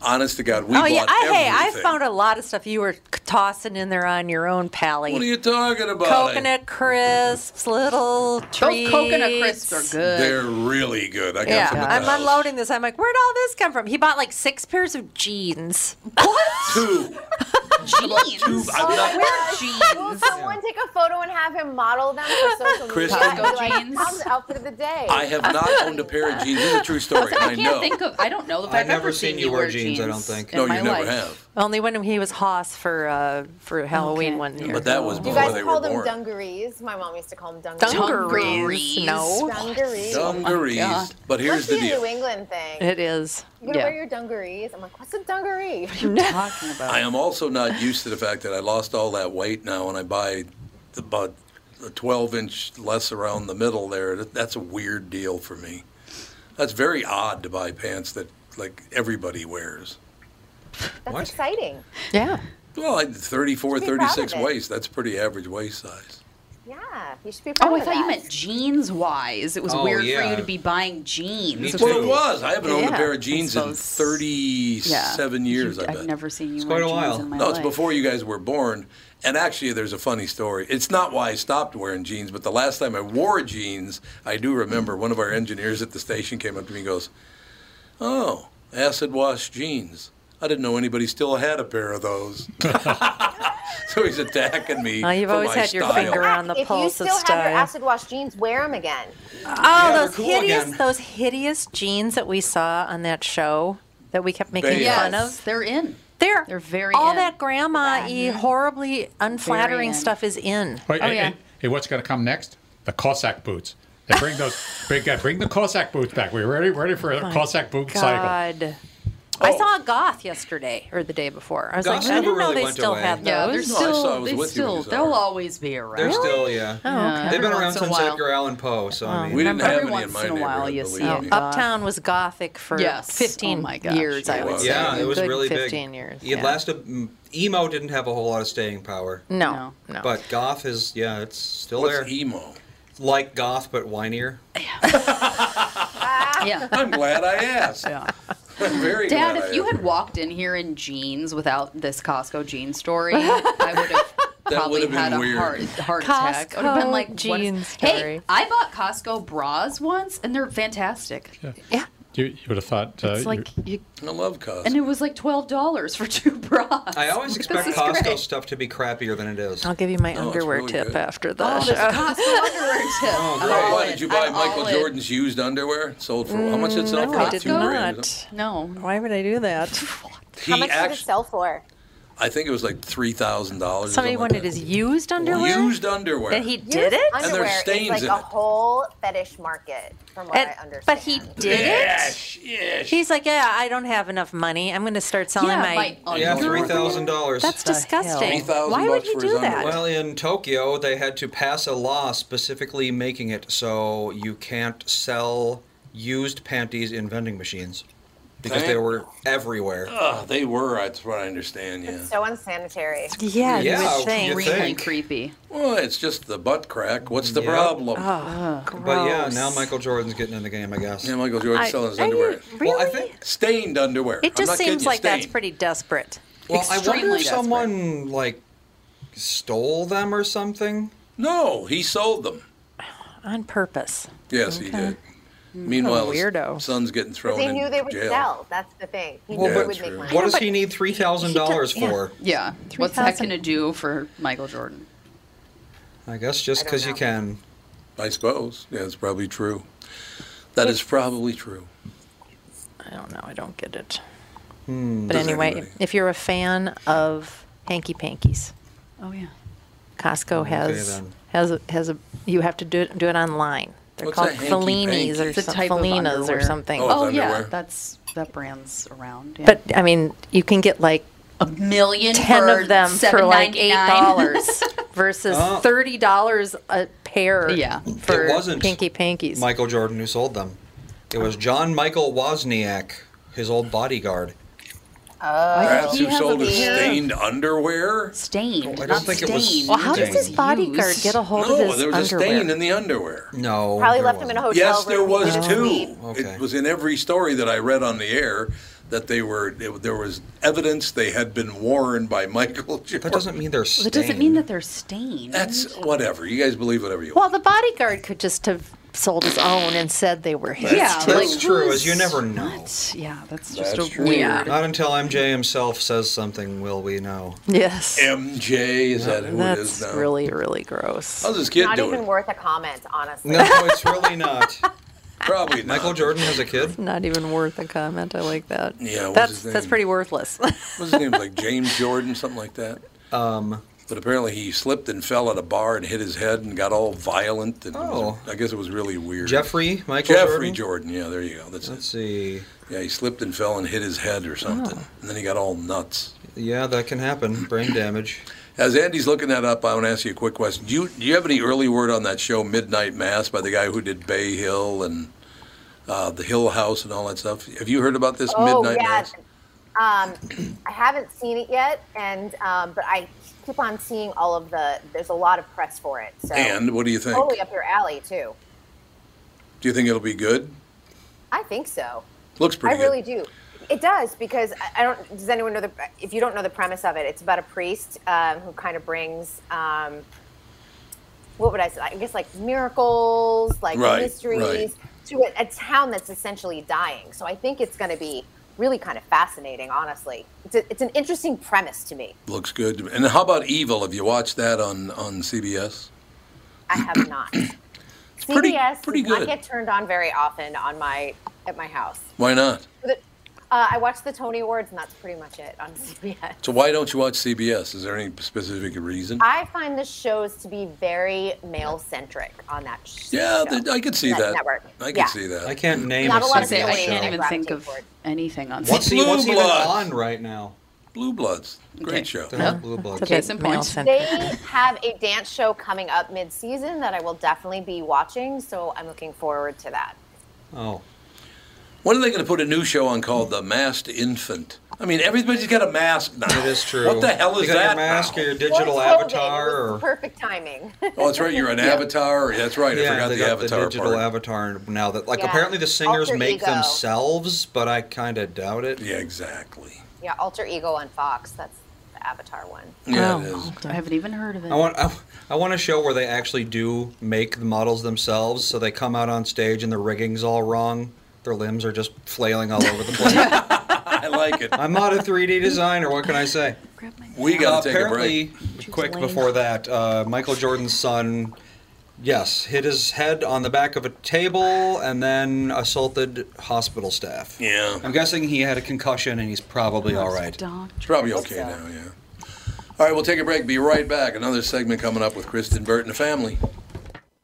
Speaker 1: Honest to God, we
Speaker 4: Oh
Speaker 1: bought
Speaker 4: yeah, I, hey, I
Speaker 1: everything.
Speaker 4: found a lot of stuff you were c- tossing in there on your own pally.
Speaker 1: What are you talking about?
Speaker 4: coconut crisps, little treats.
Speaker 5: Those coconut crisps are good.
Speaker 1: They're really good. I got
Speaker 4: Yeah,
Speaker 1: some at the
Speaker 4: I'm
Speaker 1: house.
Speaker 4: unloading this. I'm like, where'd all this come from? He bought like six pairs of jeans.
Speaker 1: Two. Two.
Speaker 5: jeans.
Speaker 1: I'm not-
Speaker 7: Will someone take a photo and have him model them for social media?
Speaker 1: Kristen.
Speaker 7: And be like,
Speaker 5: Jeans.
Speaker 7: "Tom's outfit of the day.
Speaker 1: I have not owned a pair of jeans. This is a true story. and
Speaker 5: I
Speaker 1: I
Speaker 5: can't
Speaker 1: know.
Speaker 5: think of. I don't know if I've,
Speaker 8: I've never
Speaker 5: ever
Speaker 8: seen you wear jeans, I don't think.
Speaker 5: in
Speaker 1: no, you
Speaker 5: my
Speaker 1: never
Speaker 5: life.
Speaker 1: have.
Speaker 4: Only when he was Hoss for uh, for Halloween
Speaker 5: Okay.
Speaker 4: one year.
Speaker 1: But that was
Speaker 7: Do you
Speaker 1: before
Speaker 7: guys
Speaker 1: they were
Speaker 7: call them
Speaker 1: born.
Speaker 7: dungarees? My mom used to call them dungarees.
Speaker 4: dungarees.
Speaker 5: dungarees.
Speaker 4: No,
Speaker 7: Dungarees.
Speaker 1: Dungarees.
Speaker 5: God.
Speaker 1: but here's
Speaker 7: Must
Speaker 1: the
Speaker 7: be a New
Speaker 1: deal.
Speaker 7: England thing.
Speaker 4: it is.
Speaker 7: You gonna
Speaker 5: Yeah.
Speaker 7: wear your dungarees? I'm like, what's a dungaree?
Speaker 5: Talking about.
Speaker 1: I am also not used to the fact that I lost all that weight now, and I buy the- about a 12 inch less around the middle there. That- That's a weird deal for me. That's very odd to buy pants that like everybody wears.
Speaker 7: That's
Speaker 8: What?
Speaker 7: exciting.
Speaker 4: Yeah.
Speaker 1: Well, I- 34,
Speaker 7: Should be proud
Speaker 1: 36
Speaker 7: of it.
Speaker 1: waist. That's pretty average waist size.
Speaker 7: Yeah, you should be proud
Speaker 5: Oh, I
Speaker 7: of
Speaker 5: thought you
Speaker 7: that.
Speaker 5: meant jeans wise. It was
Speaker 8: Oh,
Speaker 5: weird for
Speaker 8: yeah.
Speaker 5: you to be buying jeans.
Speaker 8: Me
Speaker 1: Well, it
Speaker 8: too.
Speaker 1: was. I haven't owned a
Speaker 5: Yeah,
Speaker 1: pair
Speaker 5: I
Speaker 1: of jeans in
Speaker 5: suppose.
Speaker 1: 37 years,
Speaker 5: You-
Speaker 1: I bet.
Speaker 5: I've never seen you
Speaker 8: It's
Speaker 5: wear
Speaker 8: quite a
Speaker 5: jeans
Speaker 8: while.
Speaker 5: in my
Speaker 1: No,
Speaker 5: life.
Speaker 1: it's before you guys were born. And actually, there's a funny story. It's not why I stopped wearing jeans, but the last time I wore jeans, I do remember one of our engineers at the station came up to me and goes, Oh, acid wash jeans. I didn't know anybody still had a pair of those. so he's attacking me.
Speaker 4: Well, you've
Speaker 1: for
Speaker 4: always
Speaker 1: my
Speaker 4: had your
Speaker 1: style.
Speaker 4: finger on the
Speaker 7: if you
Speaker 4: pulse
Speaker 7: still
Speaker 4: of
Speaker 7: have your
Speaker 4: style.
Speaker 7: acid wash jeans, wear them again.
Speaker 4: Oh,
Speaker 8: they're
Speaker 4: those
Speaker 8: cool
Speaker 4: hideous,
Speaker 8: again.
Speaker 4: those hideous jeans that we saw on that show that we kept making
Speaker 1: Bam.
Speaker 4: fun
Speaker 5: Yes,
Speaker 4: of.
Speaker 5: they're in.
Speaker 4: They're,
Speaker 5: They're very
Speaker 4: all
Speaker 5: in.
Speaker 4: that grandma y horribly
Speaker 5: Very
Speaker 4: unflattering
Speaker 5: in.
Speaker 4: stuff is in.
Speaker 2: Wait,
Speaker 5: Oh,
Speaker 2: hey,
Speaker 5: yeah.
Speaker 2: hey, hey, what's going to come next? The Cossack boots. They bring those. bring, uh, bring the Cossack boots back. We're ready, ready for
Speaker 5: Oh
Speaker 2: a Cossack boot cycle.
Speaker 4: God. I saw a goth yesterday or the day before. I was
Speaker 8: Goths
Speaker 4: like, I
Speaker 8: never
Speaker 4: didn't know
Speaker 8: really
Speaker 4: they
Speaker 8: went
Speaker 4: still
Speaker 8: away.
Speaker 4: had
Speaker 5: Yeah, they're
Speaker 4: those.
Speaker 1: No, I saw I
Speaker 5: still,
Speaker 1: was
Speaker 5: they
Speaker 1: with you when
Speaker 5: still,
Speaker 1: you saw
Speaker 5: they'll
Speaker 1: her.
Speaker 5: always be around.
Speaker 8: They're still, yeah.
Speaker 4: okay.
Speaker 8: They've been
Speaker 5: Every
Speaker 8: around
Speaker 5: once in a
Speaker 8: since
Speaker 5: while.
Speaker 8: Edgar Allan Poe, so I mean,
Speaker 1: Oh, We didn't
Speaker 5: Oh.
Speaker 1: have
Speaker 5: Remember, every
Speaker 1: any in my
Speaker 5: once in a
Speaker 1: neighborhood.
Speaker 5: while you see
Speaker 1: believe
Speaker 5: it.
Speaker 1: me.
Speaker 5: Uh,
Speaker 4: Uptown was gothic for
Speaker 5: Yes.
Speaker 4: 15
Speaker 5: Oh my gosh,
Speaker 4: years, I
Speaker 5: it
Speaker 4: would
Speaker 1: was.
Speaker 4: say.
Speaker 8: yeah,
Speaker 4: A
Speaker 8: it was
Speaker 4: good
Speaker 8: really
Speaker 4: 15
Speaker 8: big.
Speaker 4: years.
Speaker 8: It
Speaker 4: yeah.
Speaker 8: lasted. mm, Emo didn't have a whole lot of staying power.
Speaker 4: No, no.
Speaker 8: But goth is, yeah, it's still there.
Speaker 1: What's emo?
Speaker 8: like goth, but whinier.
Speaker 5: yeah.
Speaker 1: I'm glad I asked.
Speaker 5: Yeah.
Speaker 1: I'm very
Speaker 5: Dad,
Speaker 1: glad
Speaker 5: if
Speaker 1: I
Speaker 5: you
Speaker 1: asked.
Speaker 5: had walked in here in jeans without this Costco jean story, I would have probably
Speaker 1: would've been
Speaker 5: had a
Speaker 1: weird.
Speaker 5: heart heart attack. I would have
Speaker 4: Costco
Speaker 5: been like, what is-
Speaker 4: jean
Speaker 5: Hey,
Speaker 4: story.
Speaker 5: I bought Costco bras once, and they're fantastic.
Speaker 4: yeah.
Speaker 2: You, you would have thought. Uh,
Speaker 5: It's like, you,
Speaker 1: I love cos.
Speaker 5: and it was like twelve dollars for two bras.
Speaker 8: I always
Speaker 5: Like,
Speaker 8: expect
Speaker 5: this is
Speaker 8: Costco
Speaker 5: great.
Speaker 8: stuff to be crappier than it is.
Speaker 4: I'll Uh, give you my
Speaker 1: Oh, it's
Speaker 4: underwear
Speaker 1: really
Speaker 4: tip
Speaker 1: good.
Speaker 4: after the
Speaker 5: Oh, this
Speaker 4: show.
Speaker 5: Costco underwear tip. I'm
Speaker 1: Why,
Speaker 5: all
Speaker 1: why
Speaker 5: in.
Speaker 1: Oh, did you buy
Speaker 5: I'm
Speaker 1: Michael
Speaker 5: all in.
Speaker 1: Jordan's used underwear? It Sold for how much? Did it sell
Speaker 4: no,
Speaker 1: for?
Speaker 4: Mm, I did
Speaker 1: Two grand.
Speaker 4: not.
Speaker 5: No.
Speaker 4: Why would I do that?
Speaker 1: He
Speaker 7: How much does it
Speaker 1: actually,
Speaker 7: sell for?
Speaker 1: I think it was like three thousand dollars.
Speaker 4: Somebody wanted his used underwear,
Speaker 1: used underwear.
Speaker 4: and he
Speaker 7: Used
Speaker 4: did it.
Speaker 1: there's
Speaker 7: Underwear
Speaker 1: stains
Speaker 7: is like
Speaker 1: in
Speaker 7: a
Speaker 1: it.
Speaker 7: whole fetish market, from what
Speaker 4: And-
Speaker 7: I understand.
Speaker 4: but he did it.
Speaker 1: Yes, yes.
Speaker 4: He's like, yeah, I don't have enough money. I'm going to start selling
Speaker 5: Yeah,
Speaker 4: my.
Speaker 5: oh, my
Speaker 8: Yeah,
Speaker 5: underwear.
Speaker 8: three thousand dollars.
Speaker 4: That's The
Speaker 1: hell?
Speaker 4: disgusting.
Speaker 1: 3,000
Speaker 4: Why would
Speaker 1: bucks
Speaker 4: he
Speaker 1: for his
Speaker 4: do that?
Speaker 1: underwear.
Speaker 8: Well, in Tokyo, they had to pass a law specifically making it so you can't sell used panties in vending machines because they were everywhere.
Speaker 1: Ah, they were. That's what I understand. Yeah.
Speaker 7: So unsanitary.
Speaker 4: yeah,
Speaker 8: Yeah,
Speaker 4: you
Speaker 8: you
Speaker 4: would think.
Speaker 8: would
Speaker 5: Really
Speaker 8: Think.
Speaker 5: creepy.
Speaker 1: Well, it's just the butt crack. What's the
Speaker 8: Yep.
Speaker 1: problem?
Speaker 8: But yeah, now Michael Jordan's getting in the game, I guess.
Speaker 1: yeah, Michael Jordan
Speaker 4: I-
Speaker 1: selling his
Speaker 4: are you-
Speaker 1: underwear.
Speaker 4: really?
Speaker 8: Well, I think.
Speaker 1: Stained underwear. I'm
Speaker 4: it just
Speaker 1: not kidding
Speaker 4: seems
Speaker 1: you,
Speaker 4: like that's
Speaker 1: stained.
Speaker 4: pretty desperate.
Speaker 8: Well, I wonder
Speaker 5: Extremely
Speaker 8: if someone like stole them or something.
Speaker 1: No, he sold them.
Speaker 4: On purpose.
Speaker 1: Yes, he did. Meanwhile, his
Speaker 4: weirdo.
Speaker 1: son's getting thrown
Speaker 7: They
Speaker 1: in
Speaker 7: knew they would
Speaker 1: jail.
Speaker 7: sell. That's the thing. He
Speaker 1: Well,
Speaker 7: knew
Speaker 1: but-
Speaker 7: it would make money.
Speaker 8: What does he need three thousand dollars
Speaker 4: he does-
Speaker 8: for?
Speaker 5: Yeah. What's that
Speaker 4: 3,000.
Speaker 5: going to do for Michael Jordan?
Speaker 8: I guess just
Speaker 7: don't
Speaker 8: because you
Speaker 7: know.
Speaker 8: can.
Speaker 1: I suppose. Yeah, it's probably true. That is probably true.
Speaker 4: I don't know. I don't get it. But
Speaker 1: Does
Speaker 4: anyway,
Speaker 1: anybody?
Speaker 4: if you're a fan of hanky pankies,
Speaker 5: Oh yeah.
Speaker 4: Costco has
Speaker 8: then.
Speaker 4: has a- has a. You have to do it, do it online. They're
Speaker 1: What's a
Speaker 4: called
Speaker 1: hanky
Speaker 4: Fellinis
Speaker 1: panky?
Speaker 4: or
Speaker 1: It's a
Speaker 4: some,
Speaker 5: type of
Speaker 4: Fellinas or
Speaker 5: underwear.
Speaker 4: something.
Speaker 1: Oh,
Speaker 5: Oh
Speaker 1: it's
Speaker 5: yeah.
Speaker 1: underwear.
Speaker 5: That's that brand's around. Yeah.
Speaker 4: But I mean, you can get like
Speaker 5: a million
Speaker 4: ten
Speaker 5: for
Speaker 4: of them for like eight
Speaker 5: $7.99.
Speaker 4: dollars versus
Speaker 8: Oh.
Speaker 4: thirty dollars a pair.
Speaker 5: Yeah.
Speaker 4: for
Speaker 8: It wasn't
Speaker 4: Pinky Pankies.
Speaker 8: Michael Jordan who sold them. It was John Michael Wozniak, his old bodyguard.
Speaker 5: Oh,
Speaker 1: That's
Speaker 4: Oh,
Speaker 5: he
Speaker 1: who
Speaker 5: has
Speaker 1: sold
Speaker 5: a
Speaker 1: his
Speaker 5: pair?
Speaker 1: stained underwear?
Speaker 5: Stained.
Speaker 8: Oh, I don't
Speaker 5: not
Speaker 8: think it was
Speaker 5: stained.
Speaker 4: well, how does
Speaker 8: Dang.
Speaker 4: his bodyguard
Speaker 5: Used.
Speaker 4: get a hold
Speaker 1: no,
Speaker 4: of his
Speaker 1: there was
Speaker 4: underwear?
Speaker 1: a stain in the underwear.
Speaker 8: No,
Speaker 7: Probably
Speaker 8: there
Speaker 7: left him in a
Speaker 8: wasn't.
Speaker 7: hotel
Speaker 1: Yes, there
Speaker 7: room.
Speaker 1: was
Speaker 7: He didn't
Speaker 1: too.
Speaker 7: leave.
Speaker 8: Okay.
Speaker 1: It was in every story that I read on the air that they were it, there was evidence they had been worn by Michael Jordan.
Speaker 8: That doesn't mean they're stained.
Speaker 5: That doesn't mean that they're stained.
Speaker 1: That's whatever. You guys believe whatever you want.
Speaker 4: Well, the bodyguard could just have sold his own and said they were his.
Speaker 5: yeah,
Speaker 8: That's
Speaker 5: like,
Speaker 8: true,
Speaker 5: who's-
Speaker 8: as you never know.
Speaker 5: What? Yeah, that's just
Speaker 1: That's
Speaker 5: a
Speaker 1: true.
Speaker 5: weird.
Speaker 8: Not until MJ himself says something will we know.
Speaker 4: Yes.
Speaker 1: MJ is that who it is
Speaker 4: That's
Speaker 1: now?
Speaker 4: really, really gross.
Speaker 1: How's this kid
Speaker 7: Not
Speaker 1: doing?
Speaker 7: even worth a comment, honestly.
Speaker 8: No, it's really not.
Speaker 1: Probably not.
Speaker 8: Michael Jordan has a kid.
Speaker 4: Not even worth a comment. I like that.
Speaker 1: Yeah, what's
Speaker 4: that's
Speaker 1: his name?
Speaker 4: that's pretty worthless.
Speaker 1: What's his name? Like James Jordan, something like that. Um, but apparently he slipped and fell at a bar and hit his head and got all violent. And it was-
Speaker 8: Oh.
Speaker 1: I guess it was really weird.
Speaker 8: Jeffrey Michael
Speaker 1: Jeffrey
Speaker 8: Jordan.
Speaker 1: Jordan. Yeah, there you go. That's
Speaker 8: Let's
Speaker 1: it.
Speaker 8: see. Oh.
Speaker 1: Yeah, he slipped and fell and hit his head or something, and then he got all nuts.
Speaker 8: Yeah, that can happen. Brain damage.
Speaker 1: As Andy's looking that up, I want to ask you a quick question. Do you, do you have any early word on that show, Midnight Mass, by the guy who did Bay Hill and uh, the Hill House and all that stuff? Have you heard about this
Speaker 7: Oh
Speaker 1: Midnight
Speaker 7: yeah.
Speaker 1: Mass?
Speaker 7: Um, I haven't seen it yet, and um, but I keep on seeing all of the. There's a lot of press for it. So
Speaker 1: And what do you think?
Speaker 7: totally up your alley too.
Speaker 1: Do you think it'll be good?
Speaker 7: I think so.
Speaker 1: Looks pretty
Speaker 7: I really
Speaker 1: good.
Speaker 7: do. It does because I- I don't. Does anyone know the? If you don't know the premise of it, it's about a priest um, who kind of brings. Um, what would I say? I guess like miracles, like
Speaker 1: Right,
Speaker 7: mysteries,
Speaker 1: right.
Speaker 7: to a, a town that's essentially dying. So I think it's going to be really kind of fascinating, honestly. It's, a, it's an interesting premise to me.
Speaker 1: Looks good. to me. And how about Evil? Have you watched that on on CBS?
Speaker 7: I have not. CBS
Speaker 1: pretty- pretty
Speaker 7: does
Speaker 1: good.
Speaker 7: not get turned on very often on my at my house.
Speaker 1: Why not?
Speaker 7: But, uh, I watch the Tony Awards, and that's pretty much it on CBS.
Speaker 1: So why don't you watch CBS? Is there any specific reason?
Speaker 7: I find the shows to be very male centric on that. sh-
Speaker 1: yeah,
Speaker 7: show,
Speaker 1: th- I could see that.
Speaker 7: network.
Speaker 1: I could
Speaker 7: Yeah.
Speaker 1: see that.
Speaker 8: I can't name
Speaker 7: Not
Speaker 8: a
Speaker 7: a lot
Speaker 8: single
Speaker 7: of
Speaker 3: Say, I
Speaker 7: really
Speaker 3: can't
Speaker 7: good
Speaker 8: show.
Speaker 3: even
Speaker 7: at
Speaker 3: think of
Speaker 7: gravitating
Speaker 3: anything on
Speaker 8: What's,
Speaker 1: Blue
Speaker 8: what's even
Speaker 1: Bloods?
Speaker 8: on right now?
Speaker 1: Blue Bloods, great show.
Speaker 8: They're not Blue Bloods.
Speaker 4: It's a
Speaker 3: Case in
Speaker 4: big male
Speaker 3: point.
Speaker 4: center.
Speaker 7: They have a dance show coming up mid season that I will definitely be watching, so I'm looking forward to that.
Speaker 8: Oh.
Speaker 1: When are they going to put a new show on called The Masked Infant? I mean, everybody's got a mask now.
Speaker 8: It is true.
Speaker 1: What the hell is
Speaker 8: you
Speaker 1: that?
Speaker 8: got Your mask
Speaker 1: now?
Speaker 8: or your digital
Speaker 7: Well, it's COVID,
Speaker 8: avatar
Speaker 7: it was
Speaker 8: or
Speaker 7: perfect timing.
Speaker 1: Oh, that's right. You're an avatar. That's right. I forgot
Speaker 8: they
Speaker 1: the
Speaker 8: got
Speaker 1: avatar
Speaker 8: the digital
Speaker 1: part.
Speaker 8: avatar now that like
Speaker 7: Yeah.
Speaker 8: apparently the singers
Speaker 7: Alter
Speaker 8: make
Speaker 7: ego.
Speaker 8: themselves, but I kind of doubt it.
Speaker 1: yeah, exactly.
Speaker 7: yeah, Alter Ego on Fox. That's the Avatar one.
Speaker 1: Yeah, it
Speaker 4: Oh,
Speaker 1: is.
Speaker 3: I haven't even heard of it.
Speaker 8: I want I, I want a show where they actually do make the models themselves, so they come out on stage and the rigging's all wrong. Their limbs are just flailing all over the place.
Speaker 1: I like it.
Speaker 8: I'm not a 3D designer. What can I say? Uh,
Speaker 3: Grab my-
Speaker 1: We got to take a break.
Speaker 8: Apparently, quick before that, uh, Michael Jordan's son, yes, hit his head on the back of a table and then assaulted hospital staff.
Speaker 1: Yeah.
Speaker 8: I'm guessing he had a concussion and he's probably all right.
Speaker 3: Dog.
Speaker 1: It's probably okay now, yeah. All right, we'll take a break. Be right back. Another segment coming up with Kristen Burt and the family.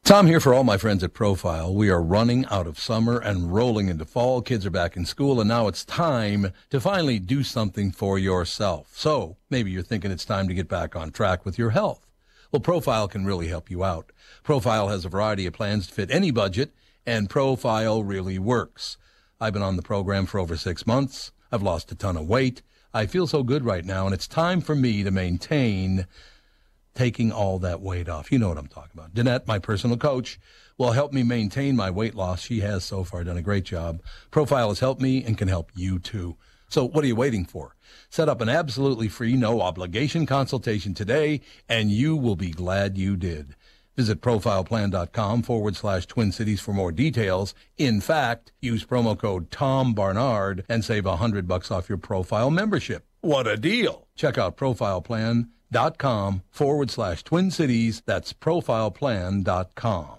Speaker 1: Tom here for all my friends at Profile. We are running out of summer and rolling into fall. Kids are back in school, and now it's time to finally do something for yourself. So maybe you're thinking it's time to get back on track with your health. Well, Profile can really help you out. Profile has a variety of plans to fit any budget, and Profile really works. I've been on the program for over six months. I've lost a ton of weight. I feel so good right now, and it's time for me to maintain taking all that weight off. You know what I'm talking about. Danette, my personal coach, will help me maintain my weight loss. She has so far done a great job. Profile has helped me and can help you too. So what are you waiting for? Set up an absolutely free, no obligation consultation today, and you will be glad you did. Visit profileplan.com forward slash twin cities for more details. In fact, use promo code Tom Barnard and save a hundred bucks off your profile membership. What a deal! Check out profileplan.com forward slash twin cities. That's profileplan.com.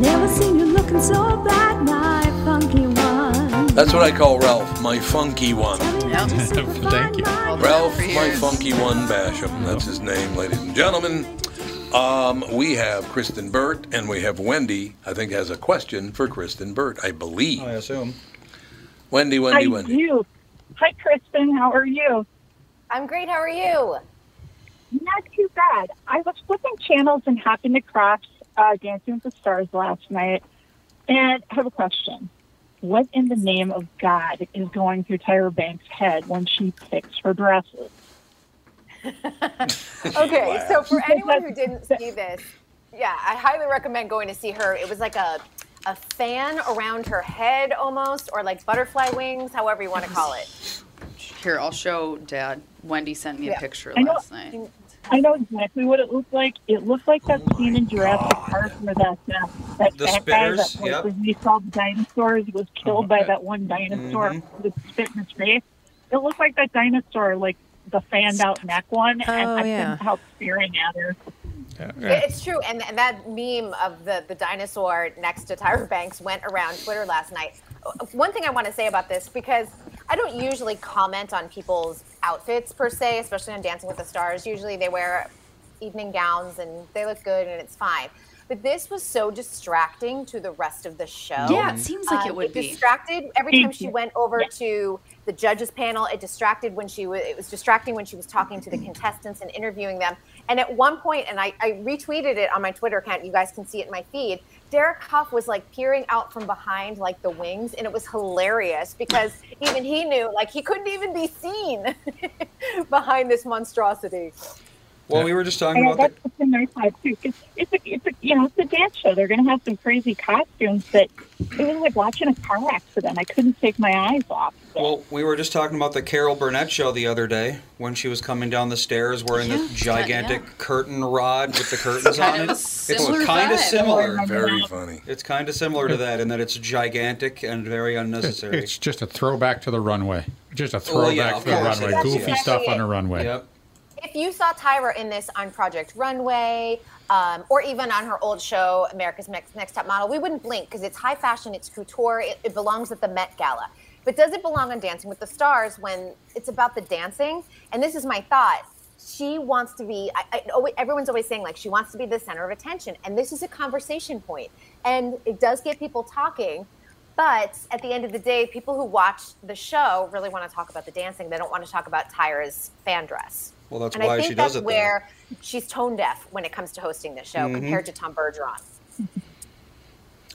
Speaker 9: Never seen you looking so bad, my funky one.
Speaker 1: That's what I call Ralph, my funky one.
Speaker 2: Thank you.
Speaker 1: Ralph, my funky one, Basham. That's his name, ladies and gentlemen. Um, we have Kristen Burt and we have Wendy. I think has a question for Kristen Burt. I believe.
Speaker 8: I assume.
Speaker 1: Wendy, Wendy, Wendy.
Speaker 9: you. Hi, Kristen. How are you?
Speaker 7: I'm great. How are you?
Speaker 9: Not too bad. I was flipping channels and happened across uh, Dancing with the Stars last night, and I have a question. What in the name of God is going through Tyra Banks' head when she picks her dresses?
Speaker 7: Okay, so for anyone who didn't see this, yeah, I highly recommend going to see her. It was like a a fan around her head almost, or like butterfly wings, however you want to call it.
Speaker 5: Here, I'll show Dad. Wendy sent me a
Speaker 7: Yeah.
Speaker 5: picture
Speaker 9: I know-
Speaker 5: last night.
Speaker 9: I know exactly what it looked like. It looked like that scene in Jurassic Park where that uh, that
Speaker 8: The
Speaker 9: fat guy
Speaker 8: spitters,
Speaker 9: that
Speaker 8: yep.
Speaker 9: like, when he saw the dinosaurs was killed by that one dinosaur
Speaker 8: Mm-hmm.
Speaker 9: with spit in his face. It looked like that dinosaur, like the fanned out neck one, and
Speaker 4: Oh,
Speaker 9: I
Speaker 4: yeah.
Speaker 9: couldn't help staring at her.
Speaker 7: It- It's true, and, and that meme of the, the dinosaur next to Tyra Banks went around Twitter last night. Uh, One thing I want to say about this because I don't usually comment on people's outfits per se, especially on Dancing with the Stars. Usually they wear evening gowns and they look good and it's fine. But this was so distracting to the rest of the show.
Speaker 5: Yeah, it seems like
Speaker 7: Um,
Speaker 5: it would be.
Speaker 7: distracted every
Speaker 9: Thank
Speaker 7: time she
Speaker 9: you.
Speaker 7: went over
Speaker 9: Yeah.
Speaker 7: to the judges panel. It distracted when she was. It was distracting when she was talking to the contestants and interviewing them. And at one point, and I, I retweeted it on my Twitter account. You guys can see it in my feed. Derek Huff was like peering out from behind, like the wings, and it was hilarious because even he knew, like he couldn't even be seen behind this monstrosity.
Speaker 8: Well, we were just talking
Speaker 9: And
Speaker 8: about the
Speaker 9: that's what's in their side too. 'cause it's a, it's a, you know, it's a dance show. They're going to have some crazy costumes, but it was like watching a car accident. I couldn't take my eyes off. of it.
Speaker 8: Well, we were just talking about the Carol Burnett show the other day when she was coming down the stairs wearing this gigantic curtain rod with the curtains on
Speaker 5: Kind
Speaker 8: it.
Speaker 5: of a
Speaker 8: It's
Speaker 5: similar
Speaker 8: kind of
Speaker 5: vibe.
Speaker 8: similar.
Speaker 1: Very funny.
Speaker 8: It's kind of similar to that in that it's gigantic and very unnecessary.
Speaker 2: It's just a throwback to the runway. Just a
Speaker 8: Well,
Speaker 2: throwback
Speaker 8: yeah,
Speaker 2: to
Speaker 8: of
Speaker 2: the
Speaker 8: course,
Speaker 2: runway.
Speaker 8: it is,
Speaker 2: Goofy
Speaker 8: yeah.
Speaker 2: stuff on a runway.
Speaker 8: Yep.
Speaker 7: if you saw Tyra in this on Project Runway, um, or even on her old show America's Next, Next Top Model, we wouldn't blink because it's high fashion, it's couture, it, it belongs at the Met Gala. But does it belong on Dancing with the Stars when it's about the dancing? And this is my thought. She wants to be. I, I, always, everyone's always saying like she wants to be the center of attention, and this is a conversation point, and it does get people talking. But at the end of the day, people who watch the show really want to talk about the dancing. They don't want to talk about Tyra's fan dress.
Speaker 8: Well, that's
Speaker 7: and
Speaker 8: why
Speaker 7: I think
Speaker 8: she
Speaker 7: that's
Speaker 8: does it, Mm-hmm. though.
Speaker 7: where she's tone deaf when it comes to hosting this show compared to Tom Bergeron.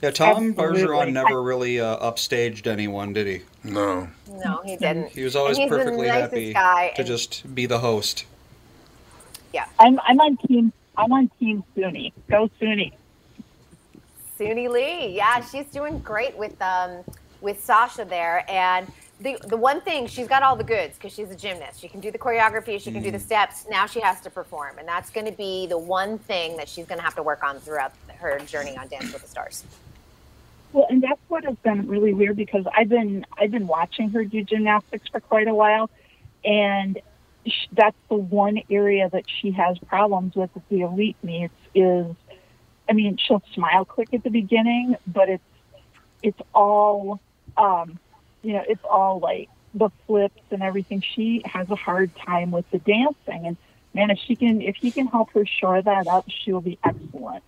Speaker 8: Yeah, Tom
Speaker 9: Absolutely.
Speaker 8: Bergeron never really uh, upstaged anyone, did he?
Speaker 1: No.
Speaker 7: No, he didn't.
Speaker 8: He was always
Speaker 7: and he's
Speaker 8: perfectly
Speaker 7: the nicest
Speaker 8: happy
Speaker 7: guy.
Speaker 8: to
Speaker 7: and-
Speaker 8: just be the host.
Speaker 7: yeah,
Speaker 9: I'm I'm on team I'm on team SUNY. Go SUNY.
Speaker 7: Suni Lee. Yeah, she's doing great with um with Sasha there. And the the one thing she's got all the goods because she's a gymnast. She can do the choreography. She can do the
Speaker 8: Mm.
Speaker 7: steps. Now she has to perform, and that's going to be the one thing that she's going to have to work on throughout her journey on Dance with the Stars.
Speaker 9: Well, and that's what has been really weird because I've been I've been watching her do gymnastics for quite a while, and sh that's the one area that she has problems with at the elite meets is, I mean, she'll smile quick at the beginning, but it's it's all, um, you know, it's all like the flips and everything. She has a hard time with the dancing, and man, if she can if he can help her shore that up, she will be excellent.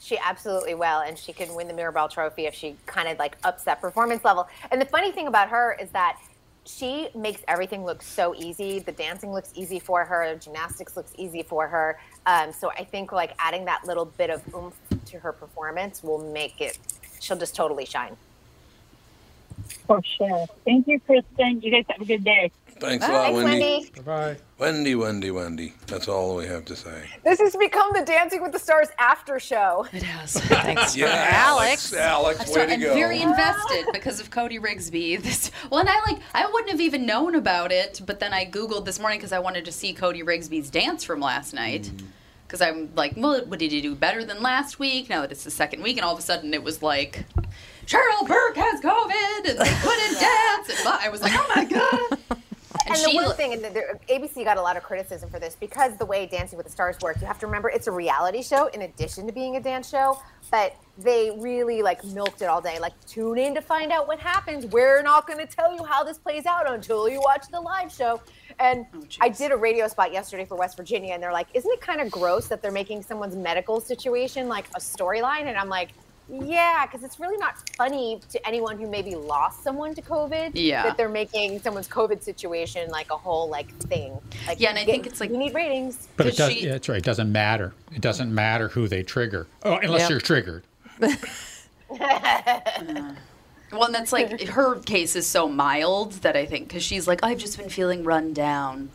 Speaker 7: She absolutely will, and she can win the Mirabelle Trophy if she kind of like ups that performance level. And the funny thing about her is that she makes everything look so easy. The dancing looks easy for her. Gymnastics looks easy for her. Um, so I think like adding that little bit of oomph to her performance will make it. She'll just totally shine.
Speaker 9: For sure. Thank you, Kristen. You guys have a good day.
Speaker 1: Thanks a lot,
Speaker 7: Thanks,
Speaker 1: Wendy.
Speaker 7: Wendy.
Speaker 2: Bye-bye.
Speaker 1: Wendy, Wendy, Wendy. That's all we have to say.
Speaker 7: This has become the Dancing with the Stars after show.
Speaker 5: It has.
Speaker 4: Thanks for Alex.
Speaker 1: Alex,
Speaker 5: So
Speaker 1: way to
Speaker 5: I'm
Speaker 1: go.
Speaker 5: very invested because of Cody Rigsby. This well, and I like I wouldn't have even known about it, but then I googled this morning because I wanted to see Cody Rigsby's dance from last night.
Speaker 1: Mm-hmm.
Speaker 5: Because I'm like, well, what did he do better than last week? Now that it's the second week, and all of a sudden it was like, Cheryl Burke has COVID and they couldn't dance. And blah. I was like, oh my god. And,
Speaker 7: And the
Speaker 5: she,
Speaker 7: one thing, and the, the, ABC got a lot of criticism for this because the way Dancing with the Stars works, you have to remember it's a reality show in addition to being a dance show. But they really like milked it all day. Like, tune in to find out what happens. We're not going to tell you how this plays out until you watch the live show. And
Speaker 5: Oh,
Speaker 7: I did a radio spot yesterday for West Virginia, and they're like, "Isn't it kind of gross that they're making someone's medical situation like a storyline?" And I'm like. Yeah, because it's really not funny to anyone who maybe lost someone to COVID.
Speaker 5: Yeah.
Speaker 7: That they're making someone's COVID situation like a whole like thing. Like
Speaker 5: Yeah, and I
Speaker 7: get-
Speaker 5: think it's, like-
Speaker 7: we need ratings.
Speaker 2: But it
Speaker 5: Did
Speaker 2: does,
Speaker 5: she-
Speaker 2: yeah, that's right. It doesn't matter. It doesn't matter who they trigger, oh, unless
Speaker 4: Yeah.
Speaker 2: you're triggered.
Speaker 5: Uh, Well, and that's like her case is so mild that I think because she's like, I've just been feeling run down.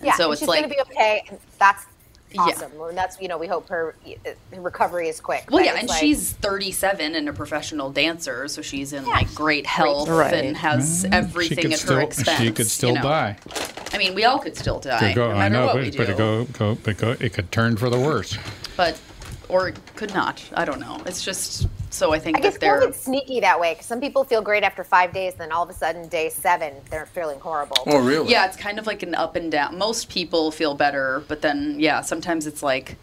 Speaker 5: And
Speaker 7: Yeah,
Speaker 5: so
Speaker 7: and
Speaker 5: it's
Speaker 7: she's
Speaker 5: like,
Speaker 7: gonna be okay, and that's
Speaker 5: Yeah.
Speaker 7: awesome. And that's you know we hope her uh, recovery is quick.
Speaker 5: Well,
Speaker 7: but
Speaker 5: yeah,
Speaker 7: it's
Speaker 5: and
Speaker 7: like-
Speaker 5: she's 37 and a professional dancer, so she's in like great health
Speaker 4: Right.
Speaker 5: and has everything
Speaker 2: Mm-hmm. she could
Speaker 5: at
Speaker 2: still,
Speaker 5: her expense.
Speaker 2: She could still
Speaker 5: you know?
Speaker 2: die.
Speaker 5: I mean, we all could still die,
Speaker 2: Could go-
Speaker 5: no
Speaker 2: I
Speaker 5: matter
Speaker 2: know,
Speaker 5: what
Speaker 2: but,
Speaker 5: we do.
Speaker 2: but it go, go, but go, it could turn for the worse.
Speaker 5: But or it could not. I don't know. It's just so I think
Speaker 7: I guess
Speaker 5: that they're.
Speaker 7: COVID's sneaky that way because some people feel great after five days, and then all of a sudden day seven they're feeling horrible.
Speaker 1: oh, really?
Speaker 5: Yeah, it's kind of like an up and down. Most people feel better, but then yeah, sometimes it's like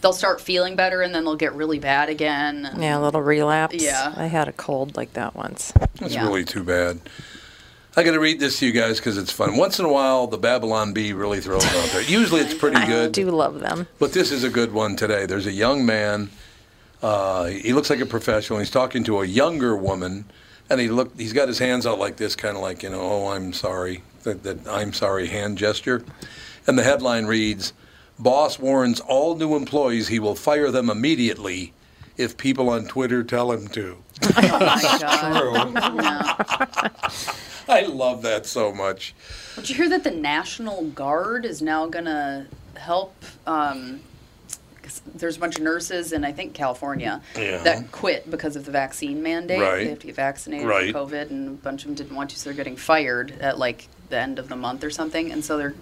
Speaker 5: they'll start feeling better and then they'll get really bad again. and-
Speaker 4: Yeah, a little relapse.
Speaker 5: Yeah.
Speaker 4: I had a cold like that once.
Speaker 1: That's really too bad. I got to read this to you guys because it's fun. Once in a while, the Babylon Bee really throws it out there. Usually, it's pretty good. I do
Speaker 4: love them.
Speaker 1: But this is a good one today. There's a young man. Uh, he looks like a professional. He's talking to a younger woman, and he look. He's got his hands out like this, kind of like you know, oh, I'm sorry, that, that I'm sorry hand gesture. And the headline reads, "Boss warns all new employees he will fire them immediately if people on Twitter tell him to." I love that so much.
Speaker 5: Did you hear that the National Guard is now gonna help? Um, 'cause there's a bunch of nurses in I think California
Speaker 1: Yeah.
Speaker 5: that quit because of the vaccine mandate.
Speaker 1: Right.
Speaker 5: They have to get vaccinated
Speaker 1: Right.
Speaker 5: for COVID, and a bunch of them didn't want to, so they're getting fired at like the end of the month or something, and so they're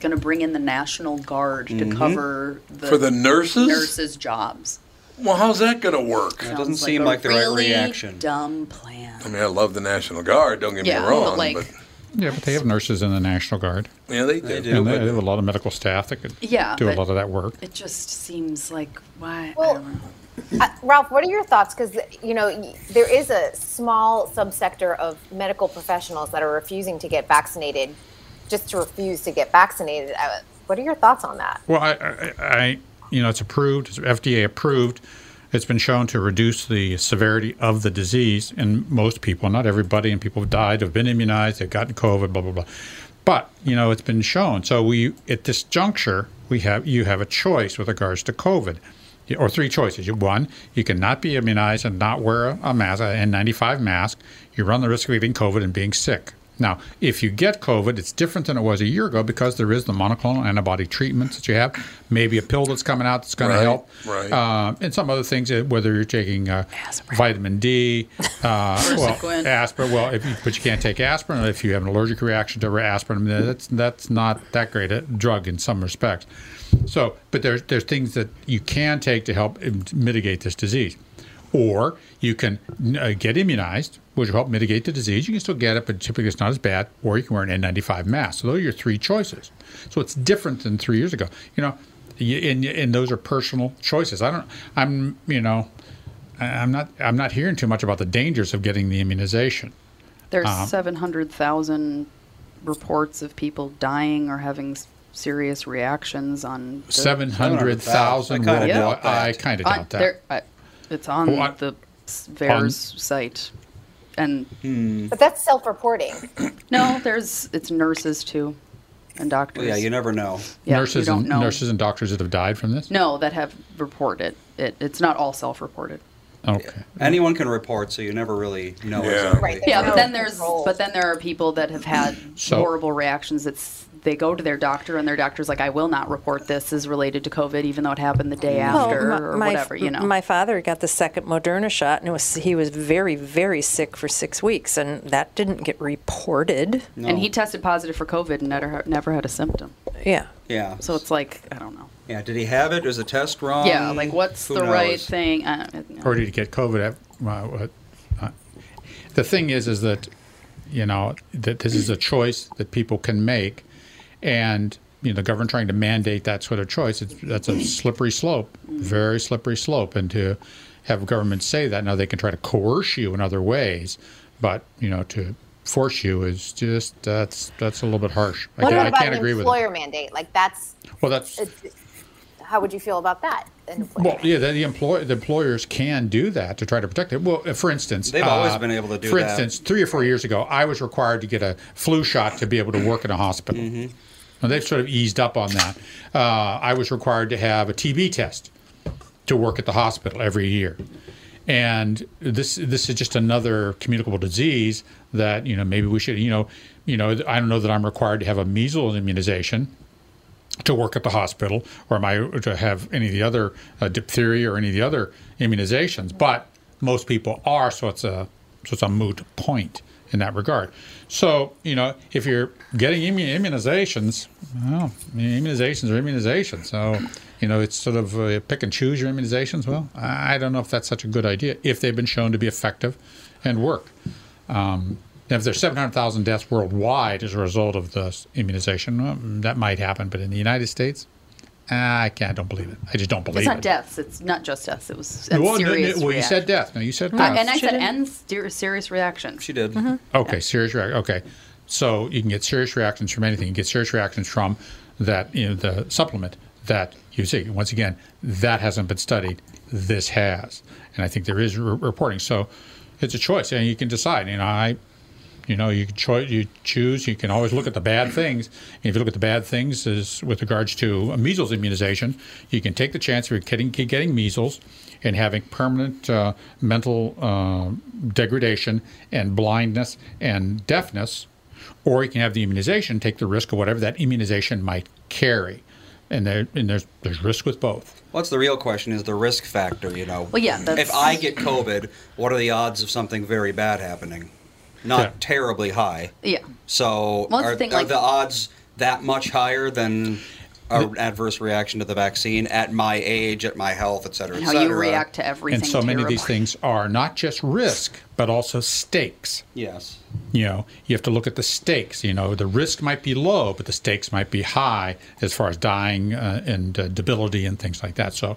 Speaker 5: gonna bring in the National Guard
Speaker 1: Mhm.
Speaker 5: to cover the
Speaker 1: For the nurses?
Speaker 5: nurses' jobs.
Speaker 1: Well, how's that going to work?
Speaker 5: Sounds a really Dumb plan.
Speaker 1: I mean, I love the National Guard. Don't get
Speaker 5: Yeah,
Speaker 1: me
Speaker 5: but
Speaker 1: wrong, but,
Speaker 5: like-
Speaker 2: Yeah, but they have nurses in the National Guard.
Speaker 1: yeah, they do.
Speaker 2: and they, they have a lot of medical staff that could
Speaker 5: Yeah,
Speaker 2: do a
Speaker 5: but-
Speaker 2: lot of that work.
Speaker 5: It just seems like why.
Speaker 7: Well, uh, Ralph, what are your thoughts? Because you know y- there is a small subsector of medical professionals that are refusing to get vaccinated, just to refuse to get vaccinated. Uh, What are your thoughts on that?
Speaker 2: Well, I, I, I, you know, it's approved, it's FDA approved. It's been shown to reduce the severity of the disease in most people, not everybody, and people have died, have been immunized, they've gotten COVID, blah, blah, blah. But, you know, it's been shown. So we, at this juncture, we have, you have a choice with regards to COVID. Or three choices. You one, you cannot be immunized and not wear a, a mask, an N95 mask. You run the risk of getting COVID and being sick. Now, if you get COVID, it's different than it was a year ago because there is the monoclonal antibody treatments that you have, maybe a pill that's coming out that's going
Speaker 1: Right,
Speaker 2: to help,
Speaker 1: right.
Speaker 2: Um, and some other things. uh, Whether you're taking uh, vitamin D, uh, well, aspirin. Well, if you, but you can't take aspirin if you have an allergic reaction to aspirin. I mean, that's that's not that great a drug in some respects. So, but there's there's things that you can take to help um, mitigate this disease or you can uh, get immunized, which will help mitigate the disease. You can still get it, but typically it's not as bad. Or you can wear an N95 mask. So those are your three choices. So it's different than three years ago. You know, y- and and those are personal choices. I don't. I'm you know, I- I'm not. I'm not hearing too much about the dangers of getting the immunization.
Speaker 5: There's
Speaker 2: Um,
Speaker 5: 700,000 reports of people dying or having s- serious reactions on. the-
Speaker 2: Seven hundred thousand
Speaker 5: I kinda
Speaker 2: worldwide.
Speaker 5: doubt
Speaker 2: I kind of
Speaker 5: I-
Speaker 2: doubt that.
Speaker 5: there- I- it's on
Speaker 2: Well, I-
Speaker 5: the s- VAERS site. And
Speaker 7: But that's self-reporting.
Speaker 5: no, there's it's nurses too, and doctors.
Speaker 8: yeah, you never know.
Speaker 5: Yeah, you
Speaker 2: nurses
Speaker 5: don't
Speaker 2: and
Speaker 5: know.
Speaker 2: nurses and doctors that have died from this.
Speaker 5: No, that have reported it. It's not all self-reported.
Speaker 2: Okay.
Speaker 8: Anyone can report, so you never really know
Speaker 2: Yeah.
Speaker 8: exactly.
Speaker 5: Yeah, but then there's but then there are people that have had
Speaker 8: So-
Speaker 5: horrible reactions. That's they go to their doctor and their doctor's like, I will not report this as related to COVID, even though it happened the
Speaker 2: Mm.
Speaker 5: day after
Speaker 4: my,
Speaker 5: or
Speaker 4: my-
Speaker 5: whatever. You know,
Speaker 4: My father got the second Moderna shot, and it was he was very, very sick for six weeks, and that didn't get reported.
Speaker 5: and he tested positive for COVID and never never had a symptom.
Speaker 4: yeah.
Speaker 8: Yeah.
Speaker 5: So it's like I don't know.
Speaker 8: Yeah. Did he have it? Was the test wrong?
Speaker 5: yeah, like
Speaker 2: Um,
Speaker 5: what's
Speaker 8: Who
Speaker 5: the right
Speaker 8: knows?
Speaker 5: thing? Uh, I don't,
Speaker 2: or did he get COVID? At, well, what- uh, the thing is, is that you know that this is a choice that people can make, and you know the government trying to mandate that sort of choice. It's, that's a slippery slope, very slippery slope, and to have government say that now they can try to coerce you in other ways, but you know to force you is just that's that's a little bit harsh. I,
Speaker 7: what
Speaker 2: can't- I
Speaker 7: about
Speaker 2: can't
Speaker 7: an
Speaker 2: agree with it.
Speaker 7: employer mandate? Like that's
Speaker 2: Well, that's
Speaker 7: it's- how would you feel about that? An employer
Speaker 2: Well, yeah, the, the employ the employers can do that to try to protect it. Well, uh, for instance,
Speaker 8: They've always been able to do
Speaker 2: For
Speaker 8: that.
Speaker 2: instance, three or four years ago, I was required to get a flu shot to be able to work in a hospital.
Speaker 8: Mm-hmm.
Speaker 2: Now they've sort of eased up on that. Uh, I was required to have a TB test to work at the hospital every year. And this this is just another communicable disease that you know maybe we should you know you know I don't know that I'm required to have a measles immunization to work at the hospital, or am I to have any of the other uh, diphtheria or any of the other immunizations? But most people are, so it's a so it's a moot point in that regard. So you know, if you're getting immu- immunizations, well, immunizations are immunizations. So you know, it's sort of uh, pick and choose your immunizations. Well, I I don't know if that's such a good idea if they've been shown to be effective and work. Um, now, if there's 700,000 deaths worldwide as a result of the immunization, well, that might happen. But in the United States, Ah, I can't. I don't believe it. I just don't believe
Speaker 5: it's not
Speaker 2: it.
Speaker 5: deaths. It's not just deaths. It was
Speaker 2: No,
Speaker 5: and
Speaker 2: no, no,
Speaker 5: serious.
Speaker 2: well, you said
Speaker 5: reaction.
Speaker 2: death. No, you said
Speaker 5: Uh,
Speaker 2: death.
Speaker 5: and I said and ser- serious reactions.
Speaker 8: She did.
Speaker 4: Mm-hmm.
Speaker 2: Okay, serious reaction. Okay, so you can get serious reactions from anything. You can get serious reactions from that you know, the supplement that you see. Once again, that hasn't been studied. This has, and I think there is re- reporting. So it's a choice, and you can decide. You know, I, you know, you can choi- you choose. You can always look at the bad things. And if you look at the bad things, is with regards to a measles immunization, you can take the chance of getting getting measles and having permanent uh, mental uh, degradation and blindness and deafness, or you can have the immunization, take the risk of whatever that immunization might carry, and there and there's there's risk with both.
Speaker 8: What's the real question is the risk factor, you know.
Speaker 5: Well, yeah, that's-
Speaker 8: If I get COVID, what are the odds of something very bad happening? Not
Speaker 2: Yeah.
Speaker 8: terribly high.
Speaker 5: Yeah.
Speaker 8: So
Speaker 5: Well, that's
Speaker 8: are,
Speaker 5: the thing,
Speaker 8: are
Speaker 5: like-
Speaker 8: the odds that much higher than an adverse reaction to the vaccine at my age, at my health, et cetera, et
Speaker 5: And
Speaker 8: cetera?
Speaker 5: how you react to everything.
Speaker 2: and so many of these
Speaker 5: terrible.
Speaker 2: things are not just risk but also stakes.
Speaker 8: Yes.
Speaker 2: you know you have to look at the stakes you know the risk might be low but the stakes might be high as far as dying uh, and uh, debility and things like that so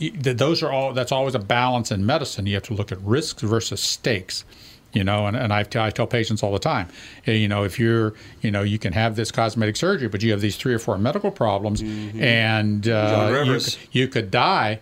Speaker 2: y- th- those are all that's always a balance in medicine you have to look at risks versus stakes you know and, and I, t- I tell patients all the time eh, you know if you're you know you can have this cosmetic surgery but you have these three or four medical problems and
Speaker 8: John
Speaker 2: uh, you,
Speaker 8: Rivers.
Speaker 2: c- you could die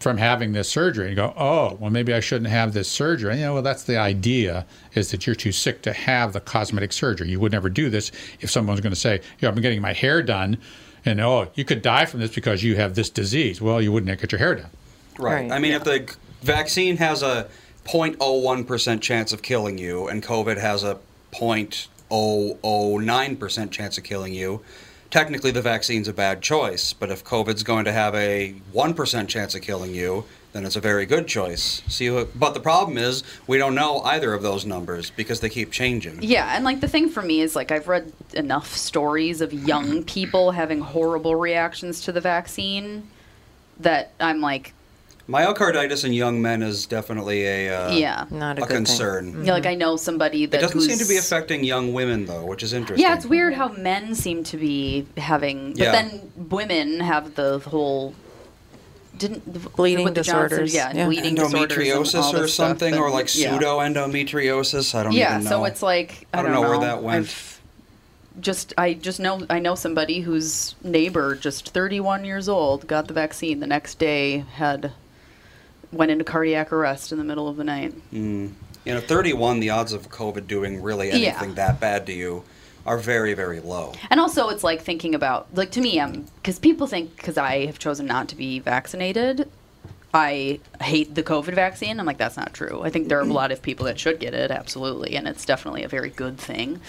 Speaker 2: from having this surgery and go, oh, well, maybe I shouldn't have this surgery. You know, well, that's the idea is that you're too sick to have the cosmetic surgery. You would never do this if someone's going to say, yeah, I'm getting my hair done. And oh, you could die from this because you have this disease. Well, you wouldn't get your hair done.
Speaker 8: Right.
Speaker 4: Right,
Speaker 8: I mean, if the vaccine has a 0.01% chance of killing you and COVID has a 0.009% chance of killing you, technically the vaccine's a bad choice. But if COVID's going to have a 1% chance of killing you, then it's a very good choice. See, what- but the problem is we don't know either of those numbers because they keep changing.
Speaker 5: Yeah, and like the thing for me is like I've read enough stories of young people having horrible reactions to the vaccine that I'm like,
Speaker 8: Myocarditis in young men is definitely a uh,
Speaker 5: Yeah.
Speaker 4: Not a good thing.
Speaker 8: concern.
Speaker 5: yeah, like I know somebody that
Speaker 8: It doesn't
Speaker 5: who's,
Speaker 8: seem to be affecting young women though, which is interesting.
Speaker 5: Yeah, it's weird how men seem to be having, but
Speaker 8: Yeah.
Speaker 5: then women have the whole didn't the-
Speaker 4: Bleeding
Speaker 5: with the Johnson-
Speaker 4: disorders,
Speaker 5: yeah,
Speaker 4: yeah.
Speaker 5: bleeding disorders and all
Speaker 8: endometriosis or
Speaker 5: this stuff,
Speaker 8: something,
Speaker 5: and-
Speaker 8: or like
Speaker 5: yeah.
Speaker 8: pseudo endometriosis. I don't
Speaker 5: yeah,
Speaker 8: even know.
Speaker 5: so it's like I,
Speaker 8: I don't know where that went.
Speaker 5: I've just I just know I know somebody whose neighbor, just 31 years old, got the vaccine the next day had went into cardiac arrest in the middle of the night.
Speaker 8: Hmm. you know, 31. The odds of COVID doing really
Speaker 5: Yeah.
Speaker 8: anything that bad to you are very, very low.
Speaker 5: And also, it's like thinking about like to me, um, because people think because I have chosen not to be vaccinated. I hate the COVID vaccine. I'm like, that's not true. I think there are a lot of people that should get it, absolutely, and it's definitely a very good thing.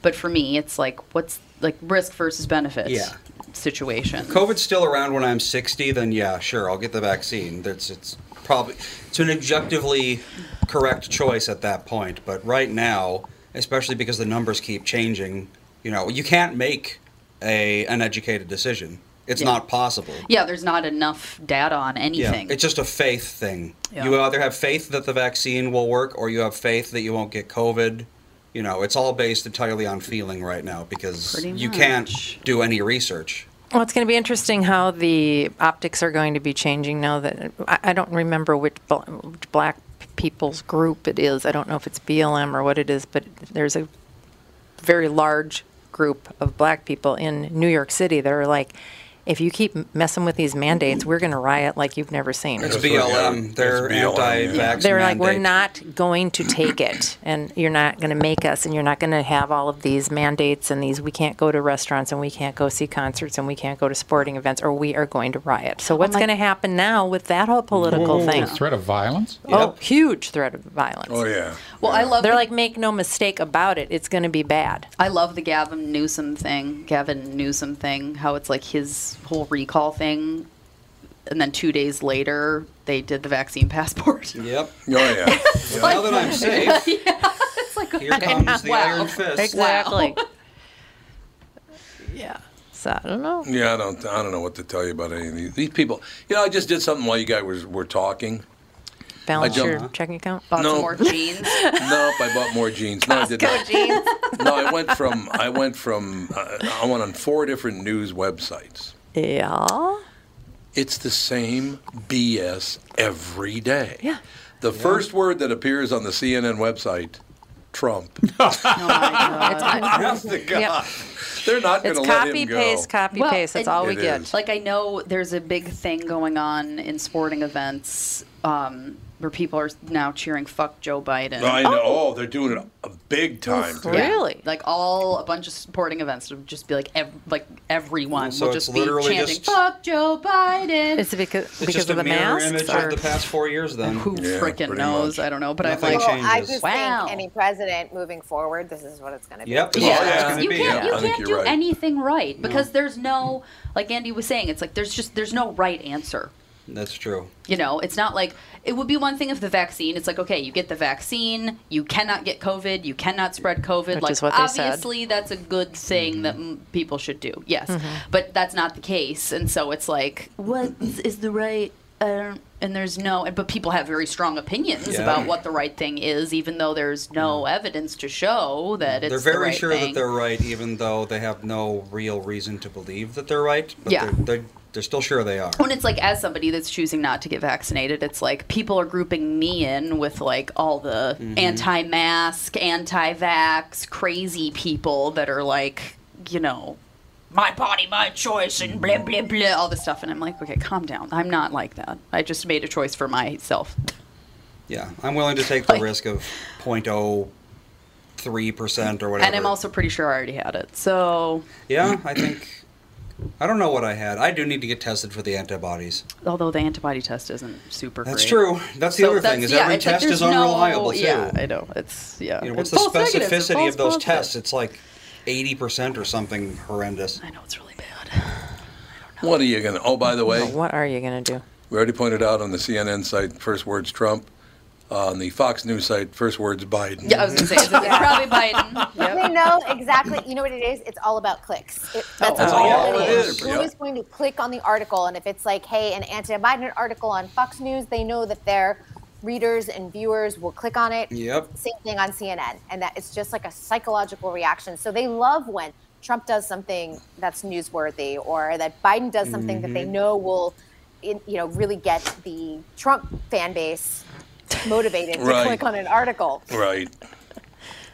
Speaker 5: But for me, it's like, what's like risk versus benefit
Speaker 8: Yeah.
Speaker 5: situation?
Speaker 8: COVID's still around when I'm 60, then yeah, sure, I'll get the vaccine. That's it's probably it's an objectively correct choice at that point. But right now, especially because the numbers keep changing, you know, you can't make a an educated decision. It's
Speaker 5: Yeah.
Speaker 8: not possible.
Speaker 5: Yeah, there's not enough data on anything.
Speaker 8: It's just a faith thing.
Speaker 5: Yeah.
Speaker 8: You either have faith that the vaccine will work or you have faith that you won't get COVID. You know, it's all based entirely on feeling right now because
Speaker 5: Pretty
Speaker 8: you
Speaker 5: much.
Speaker 8: can't do any research.
Speaker 4: Well, it's going to be interesting how the optics are going to be changing now that I, I don't remember which, bl- which black people's group it is. I don't know if it's BLM or what it is, but there's a very large group of black people in New York City that are like, if you keep messing with these mandates, we're going to riot like you've never seen.
Speaker 8: It's BLM. They're
Speaker 1: It's BLM, yeah.
Speaker 8: anti-vax.
Speaker 4: They're like, we're
Speaker 8: mandate.
Speaker 4: not going to take it, and you're not going to make us, and you're not going to have all of these mandates and these. We can't go to restaurants, and we can't go see concerts, and we can't go to sporting events, or we are going to riot.
Speaker 5: Oh
Speaker 4: So what's going to happen now with that whole political
Speaker 8: Oh,
Speaker 2: Whoa,
Speaker 4: thing?
Speaker 2: The threat of violence.
Speaker 4: Oh, huge threat of violence.
Speaker 1: Oh yeah.
Speaker 5: well, I love
Speaker 4: They're
Speaker 5: the-
Speaker 4: like, make no mistake about it. It's going to be bad.
Speaker 5: I love the Gavin Newsom thing, Gavin Newsom thing, how it's like his whole recall thing. And then two days later, they did the vaccine passport.
Speaker 8: Yep.
Speaker 1: Oh yeah.
Speaker 8: now that I'm safe, here comes the
Speaker 5: Wow.
Speaker 8: iron fist.
Speaker 4: Exactly. yeah. So I don't know.
Speaker 1: Yeah, I don't. I don't know what to tell you about any of these, these people. You know, I just did something while you guys were, were talking.
Speaker 4: Balance
Speaker 1: don't-
Speaker 4: your checking account.
Speaker 5: Bought
Speaker 1: No.
Speaker 5: some more jeans.
Speaker 1: nope, I bought more jeans. No, I did
Speaker 4: Go
Speaker 1: not.
Speaker 4: jeans.
Speaker 1: No, I went from I went from uh, I went on four different news websites,
Speaker 4: Yeah.
Speaker 1: It's the same BS every day.
Speaker 4: Yeah.
Speaker 1: The first word that appears on the CNN website, Trump. Honest to God.
Speaker 4: Yeah.
Speaker 1: They're not going
Speaker 4: It's
Speaker 1: to let
Speaker 4: copy
Speaker 1: him go.
Speaker 4: paste, copy
Speaker 5: Well,
Speaker 4: paste. That's
Speaker 5: and-
Speaker 4: all we
Speaker 1: It
Speaker 4: get.
Speaker 1: is.
Speaker 5: Like I know there's a big thing going on in sporting events um, where people are now cheering "fuck Joe Biden."
Speaker 1: I know. Oh, they're doing it a big
Speaker 4: Oh,
Speaker 1: time. too.
Speaker 5: Yeah. Like all a bunch of sporting events would just be like ev- like everyone
Speaker 1: So
Speaker 5: will
Speaker 1: it's
Speaker 5: just be
Speaker 1: literally
Speaker 5: chanting
Speaker 1: just-
Speaker 5: "fuck Joe Biden."
Speaker 4: It's because
Speaker 8: It's just a mirror image of the past four years. Then
Speaker 5: who frickin' knows? I don't know, but
Speaker 8: Nothing
Speaker 5: I'm like,
Speaker 8: changes.
Speaker 7: I just
Speaker 5: Wow.
Speaker 7: think any president moving forward, this is what it's going to be.
Speaker 8: Yep, this is
Speaker 5: Yeah.
Speaker 8: what it's
Speaker 5: Yeah.
Speaker 8: gonna
Speaker 5: You
Speaker 8: be.
Speaker 5: can't,
Speaker 8: Yeah.
Speaker 5: you can't do anything right because there's no, like Andy was saying, it's like there's just there's no right answer.
Speaker 8: That's true.
Speaker 5: You know, it's not like it would be one thing if the vaccine. It's like okay, you get the vaccine, you cannot get COVID, you cannot spread COVID.
Speaker 4: Which
Speaker 5: like
Speaker 4: is what they said.
Speaker 5: obviously, that's a good thing that mm, people should do. Yes,
Speaker 4: Mhm.
Speaker 5: but that's not the case, and so it's like what is- is the right? Uh, and there's no, but people have very strong opinions
Speaker 8: Yeah.
Speaker 5: about what the right thing is, even though there's no evidence to show that it's
Speaker 8: They're
Speaker 5: the
Speaker 8: very
Speaker 5: right
Speaker 8: sure
Speaker 5: thing.
Speaker 8: that they're right, even though they have no real reason to believe that they're right. But
Speaker 5: Yeah.
Speaker 8: they're, they're, they're still sure they are.
Speaker 5: When it's like, as somebody that's choosing not to get vaccinated, it's like people are grouping me in with like all the
Speaker 8: Mhm.
Speaker 5: anti mask, anti vax, crazy people that are like, you know, my body, my choice, and blah, blah, blah, all this stuff. And I'm like, okay, calm down. I'm not like that. I just made a choice for myself.
Speaker 8: Yeah, I'm willing to take the risk of 0.03 percent or whatever.
Speaker 5: And I'm also pretty sure I already had it. So,
Speaker 8: yeah, I think I don't know what I had. I do need to get tested for the antibodies.
Speaker 5: although the antibody test isn't super
Speaker 8: That's
Speaker 5: great.
Speaker 8: true. That's the
Speaker 5: So
Speaker 8: other
Speaker 5: that's-
Speaker 8: thing is
Speaker 5: yeah,
Speaker 8: every
Speaker 5: it's like
Speaker 8: test is
Speaker 5: there's no-
Speaker 8: unreliable too.
Speaker 5: Yeah, I know. It's yeah.
Speaker 8: You know, what's
Speaker 5: It's
Speaker 8: the
Speaker 5: false negatives, it's
Speaker 8: specificity
Speaker 5: false
Speaker 8: of those
Speaker 5: positives.
Speaker 8: tests? It's like 80 percent or something horrendous.
Speaker 5: I know it's really bad.
Speaker 1: What are you going to? Oh, by the way,
Speaker 4: What are you going to do?
Speaker 1: we already pointed out on the CNN site, first words Trump. Uh, on the Fox News site, first words Biden.
Speaker 5: Yeah, I was gonna say it's, it's probably Biden.
Speaker 7: They know exactly. You know what it is? It's all about clicks. It, that's
Speaker 1: Oh,
Speaker 7: all
Speaker 1: yeah,
Speaker 7: it
Speaker 1: it
Speaker 7: is.
Speaker 1: is,
Speaker 7: Who
Speaker 1: yeah.
Speaker 7: is going to click on the article? And if it's like, hey, an anti-Biden article on Fox News, they know that their readers and viewers will click on it.
Speaker 8: Yep.
Speaker 7: Same thing on CNN, and that it's just like a psychological reaction. So they love when Trump does something that's newsworthy, or that Biden does something that they
Speaker 8: Mhm.
Speaker 7: know will, in, you know, really get the Trump fan base motivated
Speaker 1: Right.
Speaker 7: to click on an article.
Speaker 1: Right.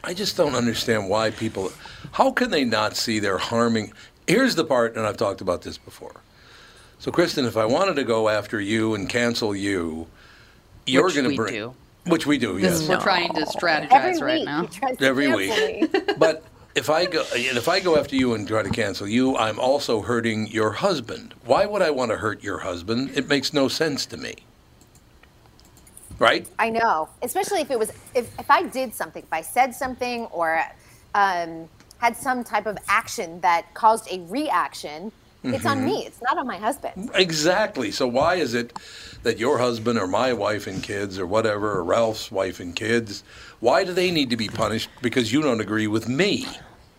Speaker 1: I just don't understand why people. How can they not see they're harming? Here's the part, and I've talked about this before. So, Kristen, if I wanted to go after you and cancel you, you're
Speaker 5: Which
Speaker 1: going
Speaker 5: we
Speaker 1: to bring.
Speaker 5: do.
Speaker 1: Which we do,
Speaker 5: This
Speaker 1: yes.
Speaker 5: we're trying to strategize
Speaker 7: Every week,
Speaker 5: right now.
Speaker 7: he tries to
Speaker 1: Every week.
Speaker 7: cancel me.
Speaker 1: but if I go and if I go after you and try to cancel you, I'm also hurting your husband. Why would I want to hurt your husband? It makes no sense to me. Right?
Speaker 7: I know, especially if it was if, if I did something, if I said something or um, had some type of action that caused a reaction, it's
Speaker 4: Mm-hmm.
Speaker 7: on me. It's not on my husband.
Speaker 1: Exactly. So why is it that your husband or my wife and kids or whatever or Ralph's wife and kids, why do they need to be punished because you don't agree with me?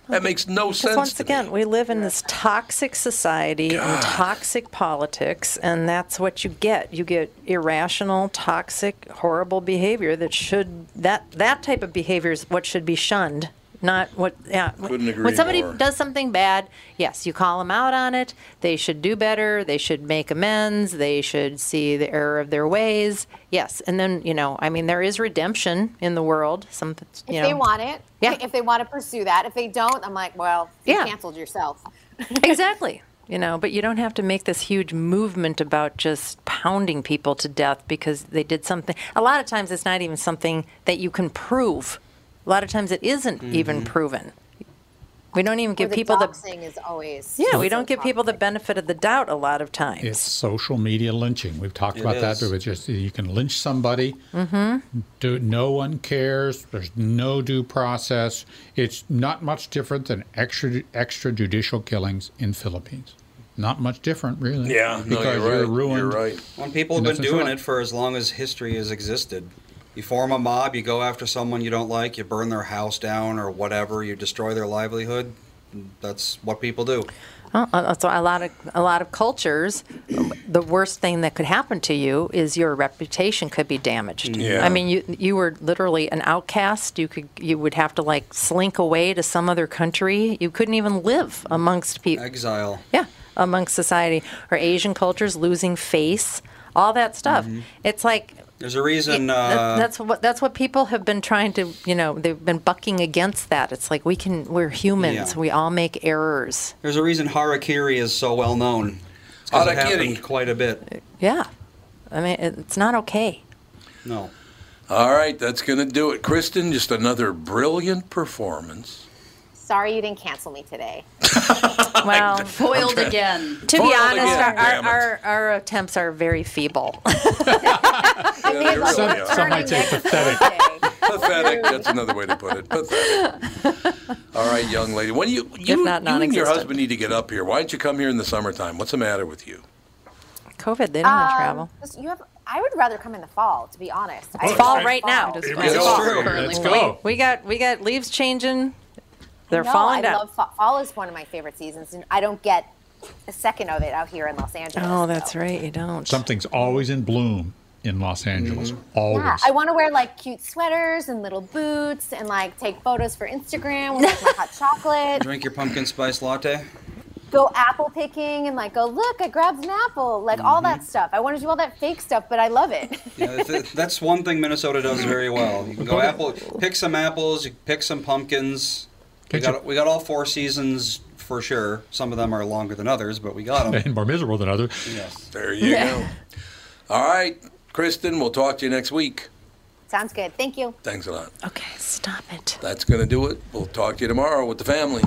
Speaker 1: That makes no
Speaker 4: Because
Speaker 1: sense.
Speaker 4: once
Speaker 1: to me.
Speaker 4: again, we live in this toxic society and toxic politics, and that's what you get. You get irrational, toxic, horrible behavior that should that that type of behavior is what should be shunned. Not what, yeah.
Speaker 1: Couldn't agree
Speaker 4: when somebody
Speaker 1: more.
Speaker 4: does something bad, yes, you call them out on it. They should do better. They should make amends. They should see the error of their ways. Yes, and then you know, I mean, there is redemption in the world. Some,
Speaker 7: If
Speaker 4: you know,
Speaker 7: they want it,
Speaker 4: Yeah.
Speaker 7: If they want to pursue that, if they don't, I'm like, well, you
Speaker 4: Yeah.
Speaker 7: canceled yourself.
Speaker 4: Exactly. You know, but you don't have to make this huge movement about just pounding people to death because they did something. A lot of times it's not even something that you can prove. A lot of times it isn't even proven. We don't even
Speaker 7: Or
Speaker 4: give people the
Speaker 7: doxing is always
Speaker 4: Yeah, we
Speaker 7: so
Speaker 4: don't give people the benefit of the doubt a lot of times.
Speaker 2: It's social media lynching. We've talked
Speaker 8: It
Speaker 2: about that.
Speaker 8: is.
Speaker 2: But it's just you can lynch somebody.
Speaker 4: Mm-hmm.
Speaker 2: Do, no one cares. There's no due process. It's not much different than extra extrajudicial killings in Philippines. Not much different, really.
Speaker 1: Yeah, no,
Speaker 2: because
Speaker 1: you're right.
Speaker 2: ruined.
Speaker 1: You're right.
Speaker 8: When people have been
Speaker 2: Nothing's
Speaker 8: doing
Speaker 2: wrong.
Speaker 8: it for as long as history has existed, you form a mob, you go after someone you don't like, you burn their house down or whatever, you destroy their livelihood. That's what people do.
Speaker 4: Uh, uh, So a lot of a lot of cultures, the worst thing that could happen to you is your reputation could be damaged.
Speaker 1: Yeah.
Speaker 4: I mean, you you were literally an outcast. You could you would have to like slink away to some other country. You couldn't even live amongst people.
Speaker 8: Exile.
Speaker 4: Yeah. amongst society, or Asian cultures losing face, all that stuff.
Speaker 8: Mhm.
Speaker 4: It's like
Speaker 8: There's a reason.
Speaker 4: that-
Speaker 8: Uh,
Speaker 4: that's what that's what people have been trying to you know they've been bucking against that. It's like we can we're humans.
Speaker 8: Yeah.
Speaker 4: We all make errors.
Speaker 8: there's a reason harakiri is so well known. It's 'cause it happened quite a bit.
Speaker 4: Yeah, I mean it- it's not okay.
Speaker 8: No.
Speaker 1: All right, that's going to do it. Kristen, just another brilliant performance.
Speaker 7: Sorry you didn't cancel me today.
Speaker 4: Well,
Speaker 5: Foiled again.
Speaker 4: to be
Speaker 5: Foiled
Speaker 4: honest,
Speaker 5: again,
Speaker 4: our, our,
Speaker 5: damn it.
Speaker 4: our our attempts are very feeble.
Speaker 1: Yeah, they really
Speaker 4: Some-
Speaker 1: are.
Speaker 4: some might say pathetic.
Speaker 1: pathetic. That's another way to put it. Pathetic. All right, young lady. When you you,
Speaker 4: not
Speaker 1: you and your
Speaker 4: non-existent.
Speaker 1: husband need to get up here. Why don't you come here in the summertime? What's the matter with you?
Speaker 4: COVID, they don't want to
Speaker 7: Um,
Speaker 4: travel.
Speaker 7: listen, You have. I would rather come in the fall, to be honest. I
Speaker 4: It's
Speaker 7: think
Speaker 4: fall
Speaker 7: it's
Speaker 4: right now.
Speaker 7: fall.
Speaker 1: It's fall. true.
Speaker 4: currently.
Speaker 1: Let's go.
Speaker 4: We, we got we got leaves changing. They're
Speaker 7: No,
Speaker 4: falling
Speaker 7: I
Speaker 4: down.
Speaker 7: love fall. fall is one of my favorite seasons, and I don't get a second of it out here in Los Angeles.
Speaker 4: oh, that's right. You don't.
Speaker 2: Something's always in bloom in Los Angeles.
Speaker 1: Mm-hmm.
Speaker 2: Always.
Speaker 7: Yeah, I want to wear like cute sweaters and little boots and like take photos for Instagram with like, my hot chocolate.
Speaker 8: Drink your pumpkin spice latte.
Speaker 7: Go apple picking and like go look, I grabbed an apple, like all
Speaker 4: Mm-hmm.
Speaker 7: that stuff. I want to do all that fake stuff, but I love it.
Speaker 8: Yeah, th- that's one thing Minnesota does very well. You can go apple, pick some apples, you pick some pumpkins. We got, we got all four seasons for sure. Some of them are longer than others, but we got them.
Speaker 2: and more miserable than others.
Speaker 8: Yes.
Speaker 1: There you go. All right, Kristen. We'll talk to you next week.
Speaker 7: Sounds good. Thank you.
Speaker 1: Thanks a lot.
Speaker 4: Okay, stop it.
Speaker 1: That's going to do it. We'll talk to you tomorrow with the family.